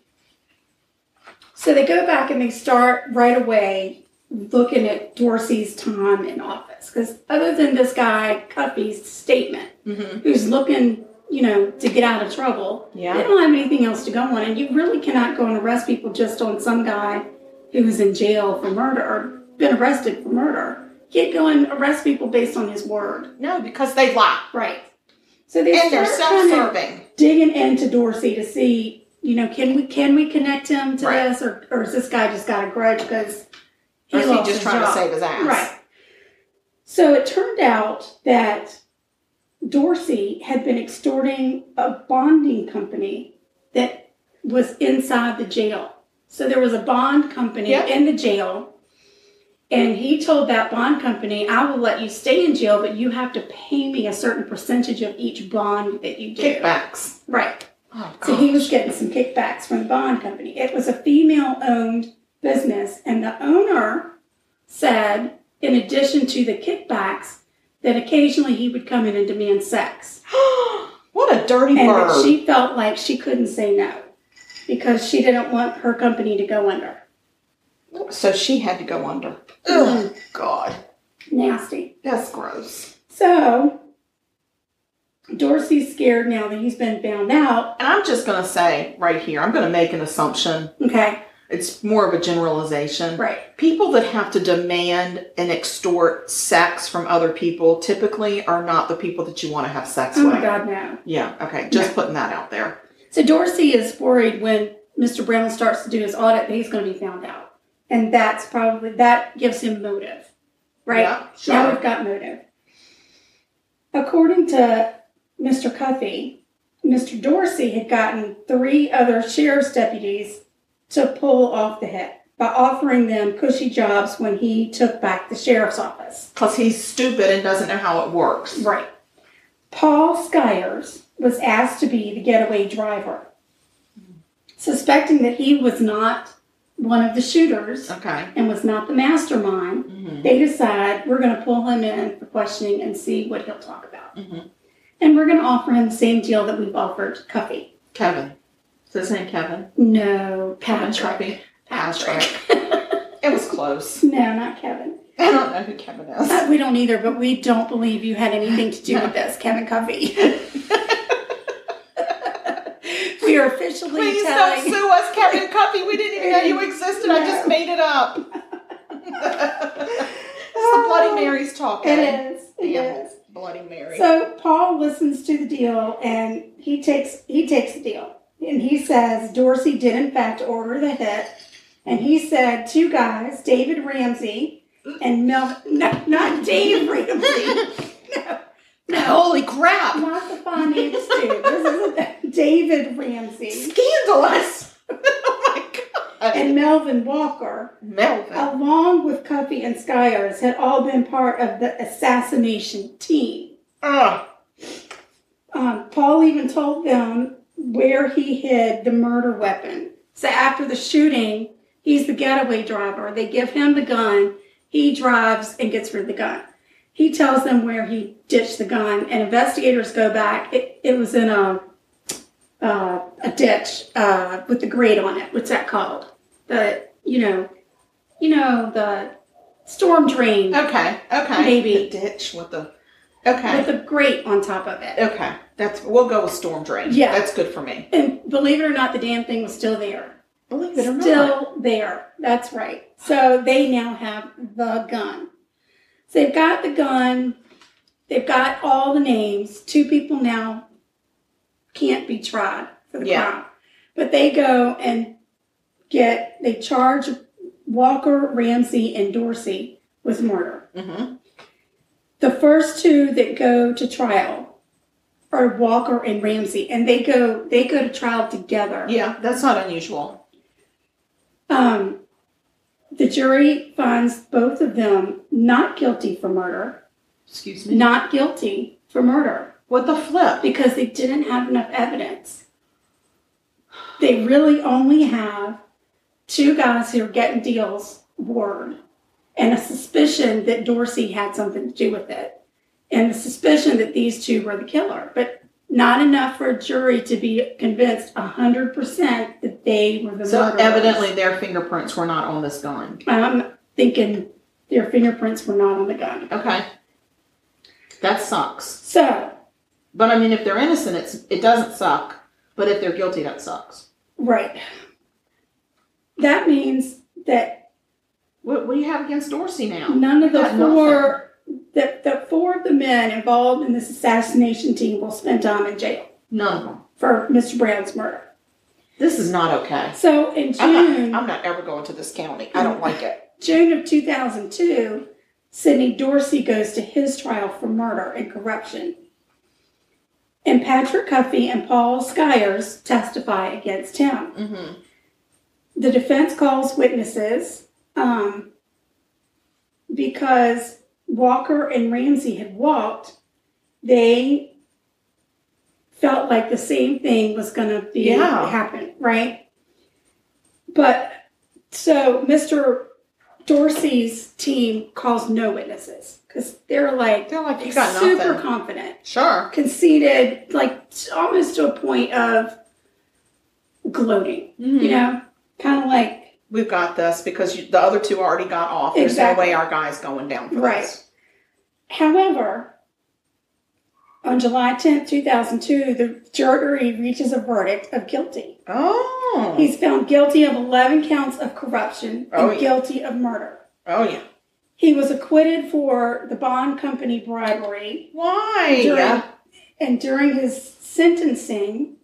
Speaker 3: so they go back and they start right away looking at Dorsey's time in office. Because other than this guy, Cuffy's statement,
Speaker 2: Mm-hmm.
Speaker 3: who's looking, you know, to get out of trouble, they
Speaker 2: Yeah.
Speaker 3: don't have anything else to go on. And you really cannot go and arrest people just on some guy who was in jail for murder or been arrested for murder. Can't go and arrest people based on his word.
Speaker 2: No, because they lie
Speaker 3: Right. So they
Speaker 2: and they're
Speaker 3: start trying to-
Speaker 2: self-serving.
Speaker 3: digging into Dorsey to see, you know, can we can we connect him to
Speaker 2: Right.
Speaker 3: this, or or is this guy just got a grudge because
Speaker 2: Or is he
Speaker 3: lost
Speaker 2: just
Speaker 3: his
Speaker 2: trying to
Speaker 3: job?
Speaker 2: save his ass?
Speaker 3: Right. So it turned out that Dorsey had been extorting a bonding company that was inside the jail. So there was a bond company
Speaker 2: Yep.
Speaker 3: in the jail. And he told that bond company, I will let you stay in jail, but you have to pay me a certain percentage of each bond that you do.
Speaker 2: Kickbacks.
Speaker 3: Right.
Speaker 2: Oh,
Speaker 3: So he
Speaker 2: God.
Speaker 3: was getting some kickbacks from the bond company. It was a female owned business, and the owner said, in addition to the kickbacks, that occasionally he would come in and demand sex.
Speaker 2: what a dirty
Speaker 3: And that
Speaker 2: bird.
Speaker 3: she felt like she couldn't say no because she didn't want her company to go under.
Speaker 2: so she had to go under. Oh
Speaker 3: Mhm.
Speaker 2: God.
Speaker 3: Nasty.
Speaker 2: That's gross.
Speaker 3: So Dorsey's scared now that he's been found out.
Speaker 2: And I'm just gonna say right here, I'm gonna make an assumption.
Speaker 3: Okay,
Speaker 2: It's more of a generalization.
Speaker 3: right.
Speaker 2: People that have to demand and extort sex from other people typically are not the people that you want to have sex
Speaker 3: Oh
Speaker 2: with.
Speaker 3: my God, no.
Speaker 2: Yeah, okay. Just putting that out there.
Speaker 3: So Dorsey is worried when Mr. Brown starts to do his audit that he's going to be found out. And that's probably, that gives him motive, right?
Speaker 2: Yeah, sure.
Speaker 3: Now we've got motive. According to Mr. Cuffy, Mr. Dorsey had gotten three other sheriff's deputies to pull off the hit by offering them cushy jobs when he took back the sheriff's office.
Speaker 2: Because he's stupid and doesn't know how it works.
Speaker 3: Right. Paul Skyers was asked to be the getaway driver. Suspecting that he was not one of the shooters
Speaker 2: Okay.
Speaker 3: and was not the mastermind,
Speaker 2: Mm-hmm.
Speaker 3: they decide we're going to pull him in for questioning and see what he'll talk about.
Speaker 2: Mhm.
Speaker 3: And we're going to offer him the same deal that we've offered Cuffy.
Speaker 2: Kevin. Is his name Kevin?
Speaker 3: No,
Speaker 2: Kevin
Speaker 3: Patrick.
Speaker 2: Truckee. Patrick. it was close.
Speaker 3: No, not Kevin.
Speaker 2: I don't know who Kevin is.
Speaker 3: Uh, We don't either, but we don't believe you had anything to do with this, Kevin Covey. we are officially
Speaker 2: Please don't
Speaker 3: telling.
Speaker 2: sue us, Kevin Cuffy. We didn't even know you existed. I just made it up. it's the Bloody Mary's talking.
Speaker 3: It is. It
Speaker 2: Yeah.
Speaker 3: is.
Speaker 2: Bloody Mary.
Speaker 3: So Paul listens to the deal and he takes he takes the deal. And he says Dorsey did in fact order the hit. And he said two guys, David Ramsey and Mel no, not Dave Ramsey. No. No.
Speaker 2: Holy crap!
Speaker 3: Not the finance dude. This is David Ramsey.
Speaker 2: Scandalous! oh my god!
Speaker 3: and Melvin Walker,
Speaker 2: Melvin.
Speaker 3: along with Cuffy and Skyers, had all been part of the assassination team.
Speaker 2: Ugh.
Speaker 3: Um, Paul even told them where he hid the murder weapon. So after the shooting, he's the getaway driver. They give him the gun. He drives and gets rid of the gun. He tells them where he ditched the gun, and investigators go back. It, it was in a uh, a ditch uh, with the grate on it. What's that called? The you know, you know the storm drain
Speaker 2: Okay. Okay.
Speaker 3: Maybe.
Speaker 2: The ditch with the. Okay.
Speaker 3: with a grate on top of it.
Speaker 2: okay. That's we'll go with storm drain.
Speaker 3: Yeah.
Speaker 2: That's good for me.
Speaker 3: And believe it or not, the damn thing was still there.
Speaker 2: Believe it or not.
Speaker 3: still there. That's right. So they now have the gun. So they've got the gun. They've got all the names. Two people now can't be tried for the
Speaker 2: Yeah.
Speaker 3: crime, but they go and get they charge Walker, Ramsey, and Dorsey with murder.
Speaker 2: Mm-hmm.
Speaker 3: The first two that go to trial are Walker and Ramsey, and they go they go to trial together.
Speaker 2: Yeah, that's not unusual.
Speaker 3: Um, the jury finds both of them not guilty for murder,
Speaker 2: Excuse me.
Speaker 3: not guilty for murder
Speaker 2: What the flip?
Speaker 3: because they didn't have enough evidence. They really only have two guys who are getting deals word and a suspicion that Dorsey had something to do with it and the suspicion that these two were the killer, but not enough for a jury to be convinced 100% that they were the
Speaker 2: So
Speaker 3: murderers.
Speaker 2: evidently their fingerprints were not on this gun.
Speaker 3: I'm thinking their fingerprints were not on the gun.
Speaker 2: Okay. That sucks.
Speaker 3: So,
Speaker 2: But I mean, if they're innocent, it's it doesn't suck. But if they're guilty, that sucks.
Speaker 3: right. That means that
Speaker 2: What, what do you have against Dorsey now?
Speaker 3: none of the
Speaker 2: Got nothing.
Speaker 3: four that the four of the men involved in this assassination team will spend time in jail
Speaker 2: None of them.
Speaker 3: for Mr. Brown's murder.
Speaker 2: This is not okay.
Speaker 3: So in
Speaker 2: I'm
Speaker 3: June
Speaker 2: not, I'm not ever going to this county. I don't like it.
Speaker 3: June of 2002, Sidney Dorsey goes to his trial for murder and corruption. And Patrick Cuffey and Paul Skyers testify against him.
Speaker 2: Mm-hmm.
Speaker 3: the defense calls witnesses um, because Walker and Ramsey had walked. They felt like the same thing was going to be
Speaker 2: Yeah.
Speaker 3: happen, right? But so Mr. Dorsey's team calls no witnesses because they're like "Oh,
Speaker 2: They're like, you got nothing.
Speaker 3: super confident
Speaker 2: Sure.
Speaker 3: conceited, like almost to a point of gloating.
Speaker 2: Mhm.
Speaker 3: You know, kind of like
Speaker 2: We've got this because you, the other two already got off. There's
Speaker 3: Exactly.
Speaker 2: no way our guy's going down for
Speaker 3: Right.
Speaker 2: this.
Speaker 3: However, on July 10th, 2002, the jury reaches a verdict of guilty.
Speaker 2: Oh.
Speaker 3: He's found guilty of 11 counts of corruption
Speaker 2: Oh,
Speaker 3: and
Speaker 2: yeah.
Speaker 3: guilty of murder.
Speaker 2: oh, yeah.
Speaker 3: He was acquitted for the bond company bribery.
Speaker 2: Why?
Speaker 3: During,
Speaker 2: Yeah.
Speaker 3: And during his sentencing,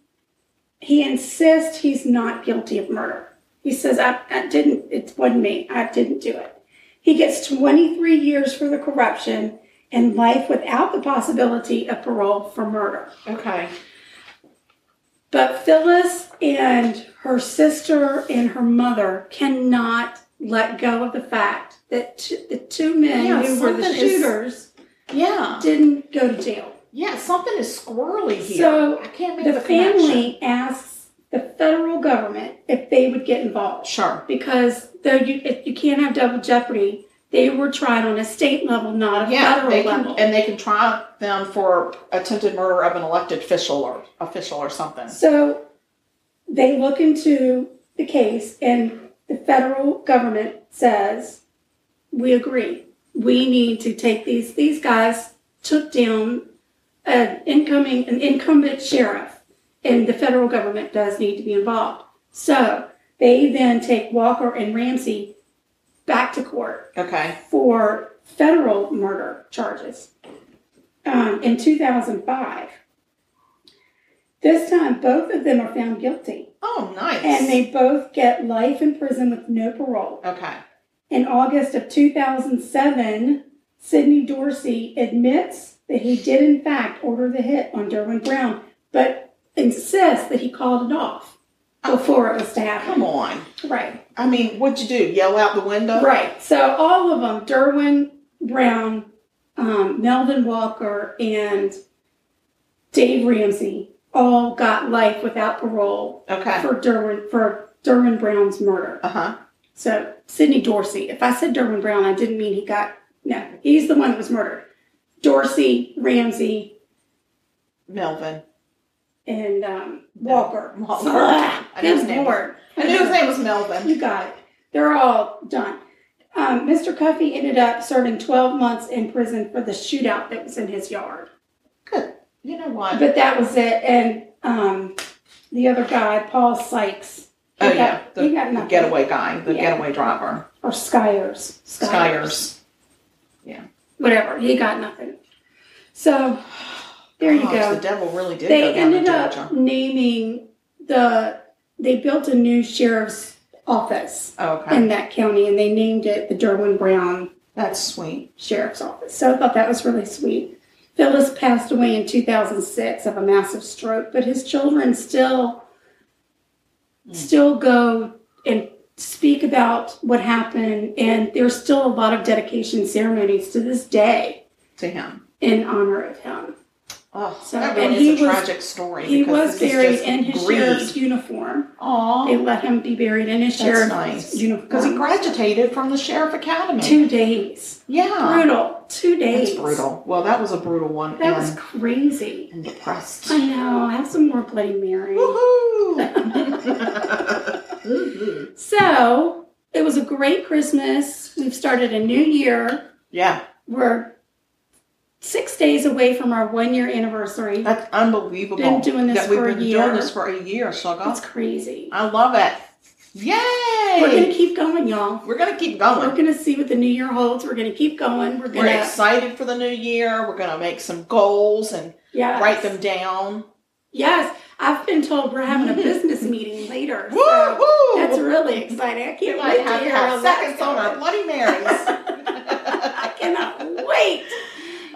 Speaker 3: he insists he's not guilty of murder. He says, I, I didn't, it wasn't me. I didn't do it. He gets 23 years for the corruption and life without the possibility of parole for murder.
Speaker 2: Okay.
Speaker 3: But Phyllis and her sister and her mother cannot let go of the fact that t- the two men
Speaker 2: Yeah,
Speaker 3: who were the
Speaker 2: something is-
Speaker 3: shooters
Speaker 2: Yeah.
Speaker 3: didn't go to jail.
Speaker 2: Yeah, something is squirrely here.
Speaker 3: So,
Speaker 2: I can't make
Speaker 3: The
Speaker 2: the, connection.
Speaker 3: family asks the federal government if they would get involved
Speaker 2: Sure.
Speaker 3: because though you if you can't have double jeopardy, they were tried on a state level, not a
Speaker 2: Yeah,
Speaker 3: federal
Speaker 2: they
Speaker 3: level.
Speaker 2: can, and they can try them for attempted murder of an elected official or official or something.
Speaker 3: so they look into the case, and the federal government says, "We agree. We need to take these. These guys took down an incoming an incumbent sheriff, and the federal government does need to be involved." So they then take Walker and Ramsey back to court
Speaker 2: Okay.
Speaker 3: for federal murder charges um, in 2005. This time, both of them are found guilty,
Speaker 2: Oh, nice.
Speaker 3: and they both get life in prison with no parole.
Speaker 2: okay.
Speaker 3: In August of 2007, Sidney Dorsey admits that he did, in fact, order the hit on Derwin Brown, but insists that he called it off before it was to
Speaker 2: Come
Speaker 3: happen.
Speaker 2: on.
Speaker 3: Right.
Speaker 2: I mean, what'd you do? Yell out the window?
Speaker 3: Right. So all of them, Derwin Brown, um, Melvin Walker, and Dave Ramsey, all got life without parole
Speaker 2: Okay.
Speaker 3: for Derwin for Derwin Brown's murder.
Speaker 2: Uh huh.
Speaker 3: So Sidney Dorsey. If I said Derwin Brown, I didn't mean he got no. He's the one that was murdered. Dorsey, Ramsey,
Speaker 2: Melvin.
Speaker 3: and um, Walker.
Speaker 2: Walker.
Speaker 3: Ugh,
Speaker 2: I knew his
Speaker 3: Good
Speaker 2: name was-
Speaker 3: lord.
Speaker 2: I knew his name was Melvin.
Speaker 3: You got it. They're all done. Um, Mr. Cuffey ended up serving 12 months in prison for the shootout that was in his yard.
Speaker 2: Good. You know what?
Speaker 3: But that was it. And um, the other guy, Paul Sykes, he
Speaker 2: oh,
Speaker 3: got,
Speaker 2: yeah. The,
Speaker 3: he got
Speaker 2: the
Speaker 3: nothing.
Speaker 2: getaway guy, the
Speaker 3: Yeah.
Speaker 2: getaway driver.
Speaker 3: Or Skyers.
Speaker 2: Skyers.
Speaker 3: Whatever. He got nothing. So there you
Speaker 2: Gosh,
Speaker 3: go.
Speaker 2: Oh, The devil really did
Speaker 3: they
Speaker 2: go down
Speaker 3: ended
Speaker 2: to
Speaker 3: up
Speaker 2: Georgia.
Speaker 3: naming the they built a new sheriff's office
Speaker 2: Oh, Okay.
Speaker 3: in that county, and they named it the Derwin Brown
Speaker 2: That's sweet.
Speaker 3: Sheriff's Office. So I thought that was really sweet. Phyllis passed away in 2006 of a massive stroke, but his children still
Speaker 2: Hmm.
Speaker 3: still go and speak about what happened, and there's still a lot of dedication ceremonies to this day
Speaker 2: To him.
Speaker 3: in honor of him.
Speaker 2: Oh,
Speaker 3: So-
Speaker 2: that
Speaker 3: and
Speaker 2: really
Speaker 3: he
Speaker 2: is a
Speaker 3: was-
Speaker 2: tragic story.
Speaker 3: He
Speaker 2: because
Speaker 3: was
Speaker 2: this is
Speaker 3: buried
Speaker 2: just
Speaker 3: in his
Speaker 2: grief.
Speaker 3: sheriff's uniform. They
Speaker 2: Aw,
Speaker 3: let him be buried in his
Speaker 2: that's
Speaker 3: sheriff's
Speaker 2: nice.
Speaker 3: uniform.
Speaker 2: Because he graduated from the Sheriff Academy.
Speaker 3: two days.
Speaker 2: yeah.
Speaker 3: Brutal. Two days.
Speaker 2: That's brutal. Well, that was a brutal one.
Speaker 3: That was
Speaker 2: and,
Speaker 3: crazy.
Speaker 2: and depressed.
Speaker 3: I know. Have some more Bloody Mary.
Speaker 2: Woohoo!
Speaker 3: So it was a great Christmas. We've started a new year.
Speaker 2: yeah,
Speaker 3: We're six days away from our one year anniversary.
Speaker 2: that's unbelievable.
Speaker 3: Been doing this
Speaker 2: that we've
Speaker 3: for a
Speaker 2: been
Speaker 3: year.
Speaker 2: doing this for a year, Shugga.
Speaker 3: That's crazy.
Speaker 2: I love it.
Speaker 3: We're going to
Speaker 2: Yay!
Speaker 3: keep going, y'all.
Speaker 2: We're gonna keep
Speaker 3: We're
Speaker 2: going.
Speaker 3: going to see what the new year holds. We're going to keep going. We're
Speaker 2: We're
Speaker 3: going to.
Speaker 2: excited for the new year. We're gonna make some goals and
Speaker 3: Yes.
Speaker 2: write them down.
Speaker 3: Yes. I've been told we're having a business meeting later. so
Speaker 2: Woohoo!
Speaker 3: That's really exciting. I
Speaker 2: we
Speaker 3: can't
Speaker 2: might
Speaker 3: wait
Speaker 2: have
Speaker 3: to
Speaker 2: to
Speaker 3: hear
Speaker 2: have
Speaker 3: how
Speaker 2: seconds
Speaker 3: that's
Speaker 2: on our
Speaker 3: going.
Speaker 2: Bloody Marys.
Speaker 3: I cannot wait.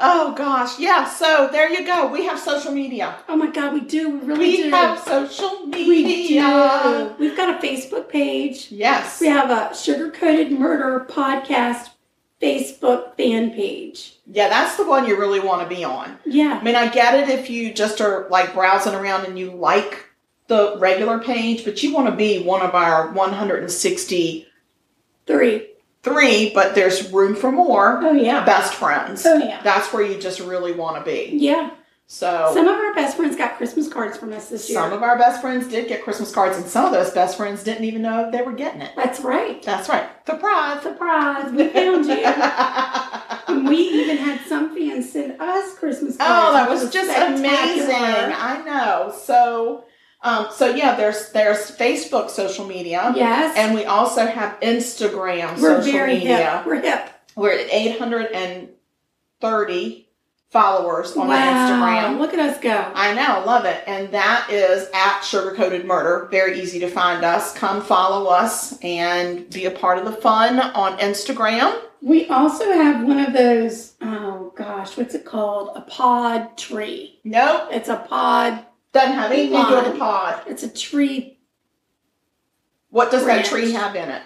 Speaker 2: oh gosh, yeah. So there you go. We have social media.
Speaker 3: Oh my God, we do. We really
Speaker 2: We
Speaker 3: do.
Speaker 2: have social
Speaker 3: We
Speaker 2: media.
Speaker 3: do. We've got a Facebook page.
Speaker 2: Yes.
Speaker 3: We have a Sugar Coated Murder podcast Facebook fan page.
Speaker 2: Yeah, that's the one you really want to be on. I
Speaker 3: Yeah.
Speaker 2: mean, I get it if you just are like browsing around and you like the regular page, but you want to be one of our 163,
Speaker 3: Three.
Speaker 2: but there's room for more
Speaker 3: Oh, yeah.
Speaker 2: best friends.
Speaker 3: Oh, yeah.
Speaker 2: That's where you just really want to be.
Speaker 3: Yeah.
Speaker 2: So,
Speaker 3: Some of our best friends got Christmas cards from us this year.
Speaker 2: some of our best friends did get Christmas cards, and some of those best friends didn't even know they were getting it.
Speaker 3: That's right.
Speaker 2: That's right. Surprise.
Speaker 3: Surprise. We found you.
Speaker 2: oh,
Speaker 3: And we even had some fans send us Christmas cards.
Speaker 2: Oh, that
Speaker 3: which
Speaker 2: was just
Speaker 3: spectacular.
Speaker 2: amazing. I know. So, um, so yeah, there's there's Facebook social media.
Speaker 3: Yes.
Speaker 2: And we also have Instagram
Speaker 3: we're
Speaker 2: social
Speaker 3: very
Speaker 2: media.
Speaker 3: hip. We're hip.
Speaker 2: We're at 830 followers on
Speaker 3: wow.
Speaker 2: Instagram.
Speaker 3: Look at us go.
Speaker 2: I know, love it. And that is at Sugarcoated Murder. Very easy to find us. Come follow us and be a part of the fun on Instagram.
Speaker 3: We also have one of those, oh gosh, what's it called? A pod tree.
Speaker 2: Nope,
Speaker 3: It's a pod,
Speaker 2: doesn't have anything to do with the pod.
Speaker 3: it's a tree,
Speaker 2: What does
Speaker 3: Branch.
Speaker 2: that tree have in it?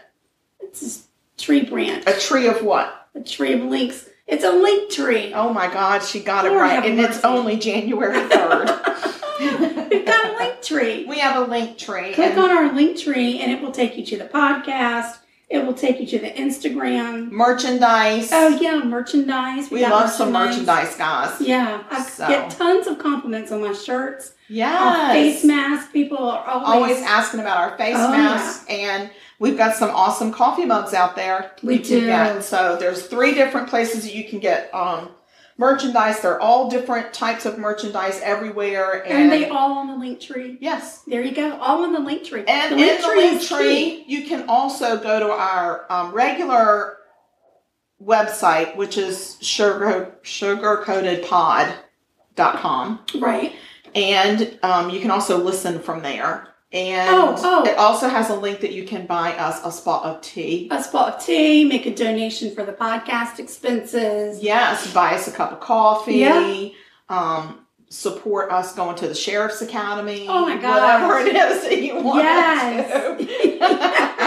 Speaker 3: it's a tree branch,
Speaker 2: A tree of what?
Speaker 3: a tree of links. It's a link tree.
Speaker 2: Oh my God, she got it
Speaker 3: Lord
Speaker 2: right.
Speaker 3: have
Speaker 2: And it's
Speaker 3: mercy.
Speaker 2: only January 3rd.
Speaker 3: We've got a link tree.
Speaker 2: we have a link tree.
Speaker 3: Click
Speaker 2: and-
Speaker 3: on our link tree and it will take you to the podcast, it will take you to the Instagram.
Speaker 2: merchandise.
Speaker 3: Oh, yeah, merchandise.
Speaker 2: we
Speaker 3: got
Speaker 2: love some merchandise, guys.
Speaker 3: Yeah, I
Speaker 2: So.
Speaker 3: get tons of compliments on my shirts,
Speaker 2: Yes.
Speaker 3: our face masks. People are always,
Speaker 2: Always asking about our face
Speaker 3: Oh,
Speaker 2: masks, and we've got some awesome coffee mugs out there.
Speaker 3: We
Speaker 2: you can
Speaker 3: do.
Speaker 2: get. So there's three different places that you can get um, merchandise. They're all different types of merchandise everywhere,
Speaker 3: and
Speaker 2: and,
Speaker 3: they all on the link tree.
Speaker 2: yes.
Speaker 3: There you go, all on the link tree.
Speaker 2: And
Speaker 3: the link
Speaker 2: in the
Speaker 3: tree
Speaker 2: link
Speaker 3: is key.
Speaker 2: tree, you can also go to our um, regular website, which is sugar sugarcoatedpod.com.
Speaker 3: right?
Speaker 2: and um, you can also listen from there. And
Speaker 3: Oh, oh.
Speaker 2: it also has a link that you can buy us a spot of tea.
Speaker 3: A spot of tea, make a donation for the podcast expenses.
Speaker 2: Yes, buy us a cup of coffee.
Speaker 3: Yeah.
Speaker 2: Um, support us going to the sheriff's academy.
Speaker 3: Oh my gosh.
Speaker 2: Whatever it is that you want.
Speaker 3: Yes.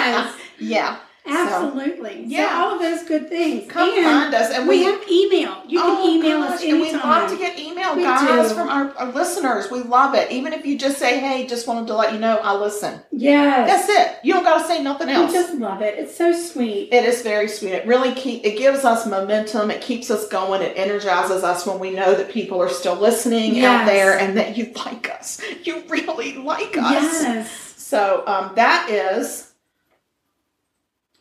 Speaker 2: To.
Speaker 3: yes,
Speaker 2: yeah.
Speaker 3: absolutely.
Speaker 2: yeah.
Speaker 3: so all of those good things.
Speaker 2: Come
Speaker 3: and
Speaker 2: find us, and
Speaker 3: we
Speaker 2: we.
Speaker 3: have email. You can
Speaker 2: Oh,
Speaker 3: email
Speaker 2: gosh,
Speaker 3: us
Speaker 2: and we
Speaker 3: anytime.
Speaker 2: love to get email
Speaker 3: We
Speaker 2: guys
Speaker 3: do.
Speaker 2: from our, our listeners. We love it. Even if you just say, "Hey, just wanted to let you know I listen."
Speaker 3: yes,
Speaker 2: That's it. You don't got to say nothing else.
Speaker 3: we just love it. It's so sweet.
Speaker 2: It is very sweet. It really keep it gives us momentum. It keeps us going. It energizes us when we know that people are still listening out
Speaker 3: Yes.
Speaker 2: there and that you like us. You really like us.
Speaker 3: yes.
Speaker 2: So um, that is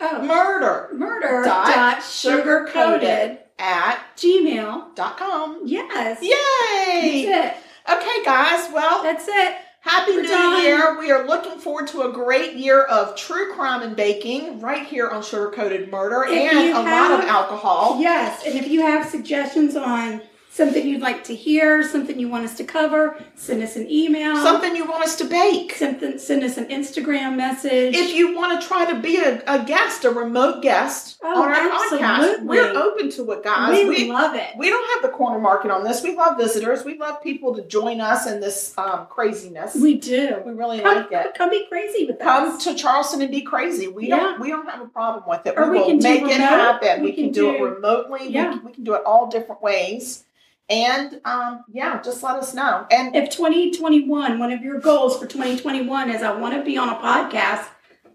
Speaker 3: Oh,
Speaker 2: murder
Speaker 3: murder
Speaker 2: Dot
Speaker 3: dot,
Speaker 2: sugarcoated.
Speaker 3: sugarcoated
Speaker 2: at
Speaker 3: gmail.
Speaker 2: dot com.
Speaker 3: Yes.
Speaker 2: Yay!
Speaker 3: That's it.
Speaker 2: Okay, guys. Well,
Speaker 3: That's it.
Speaker 2: happy
Speaker 3: we're
Speaker 2: new
Speaker 3: done.
Speaker 2: year. We are looking forward to a great year of true crime and baking right here on Sugar Coated Murder
Speaker 3: If
Speaker 2: and
Speaker 3: you
Speaker 2: a lot of
Speaker 3: have-
Speaker 2: alcohol.
Speaker 3: Yes, and if you have suggestions on something you'd like to hear, something you want us to cover, send us an email.
Speaker 2: Something you want us to bake.
Speaker 3: Send, send us an Instagram message.
Speaker 2: If you want to try to be a, a guest, a remote guest
Speaker 3: Oh,
Speaker 2: on our podcast,
Speaker 3: absolutely.
Speaker 2: we're open to it, guys.
Speaker 3: we, love it.
Speaker 2: we don't have the corner market on this. We love visitors. We love people to join us in this um, craziness. We,
Speaker 3: We do.
Speaker 2: really
Speaker 3: Come,
Speaker 2: like it.
Speaker 3: come be crazy with
Speaker 2: Come
Speaker 3: us.
Speaker 2: to Charleston and be crazy. We
Speaker 3: Yeah.
Speaker 2: don't. We don't have a problem with it.
Speaker 3: Or we
Speaker 2: will
Speaker 3: can do
Speaker 2: make
Speaker 3: remote.
Speaker 2: it happen.
Speaker 3: We
Speaker 2: We, can,
Speaker 3: can
Speaker 2: do, it
Speaker 3: do-
Speaker 2: remotely.
Speaker 3: Yeah.
Speaker 2: We, can, we can do it all different ways. And um, yeah, just let us know. And
Speaker 3: If 2021, one of your goals for 2021 is I want to be on a podcast,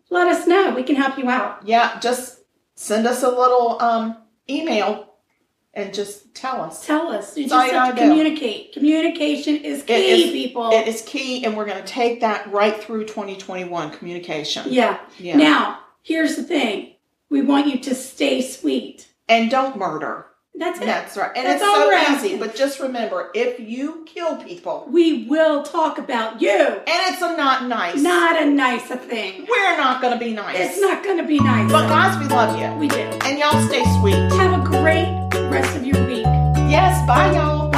Speaker 3: let us know. We can help you out.
Speaker 2: yeah, just send us a little um, email and just tell us.
Speaker 3: Tell us. You
Speaker 2: That's
Speaker 3: just
Speaker 2: all
Speaker 3: have
Speaker 2: you gotta
Speaker 3: to
Speaker 2: do.
Speaker 3: communicate. Communication is key,
Speaker 2: is-
Speaker 3: people.
Speaker 2: It is key, and we're going to take that right through 2021 communication.
Speaker 3: yeah.
Speaker 2: Yeah.
Speaker 3: Now, here's the thing we want you to stay sweet.
Speaker 2: and don't murder.
Speaker 3: That's it.
Speaker 2: That's right. And
Speaker 3: That's
Speaker 2: it's
Speaker 3: all
Speaker 2: so
Speaker 3: we're
Speaker 2: easy.
Speaker 3: asking.
Speaker 2: But just remember, if you kill people,
Speaker 3: We will talk about you.
Speaker 2: and it's a not nice,
Speaker 3: Not a nicer thing.
Speaker 2: we're not going to be nice.
Speaker 3: It's not going to be nice.
Speaker 2: But guys, we love you.
Speaker 3: we do.
Speaker 2: And y'all stay sweet.
Speaker 3: Have a great rest of your week.
Speaker 2: Yes, bye y'all.
Speaker 3: Bye.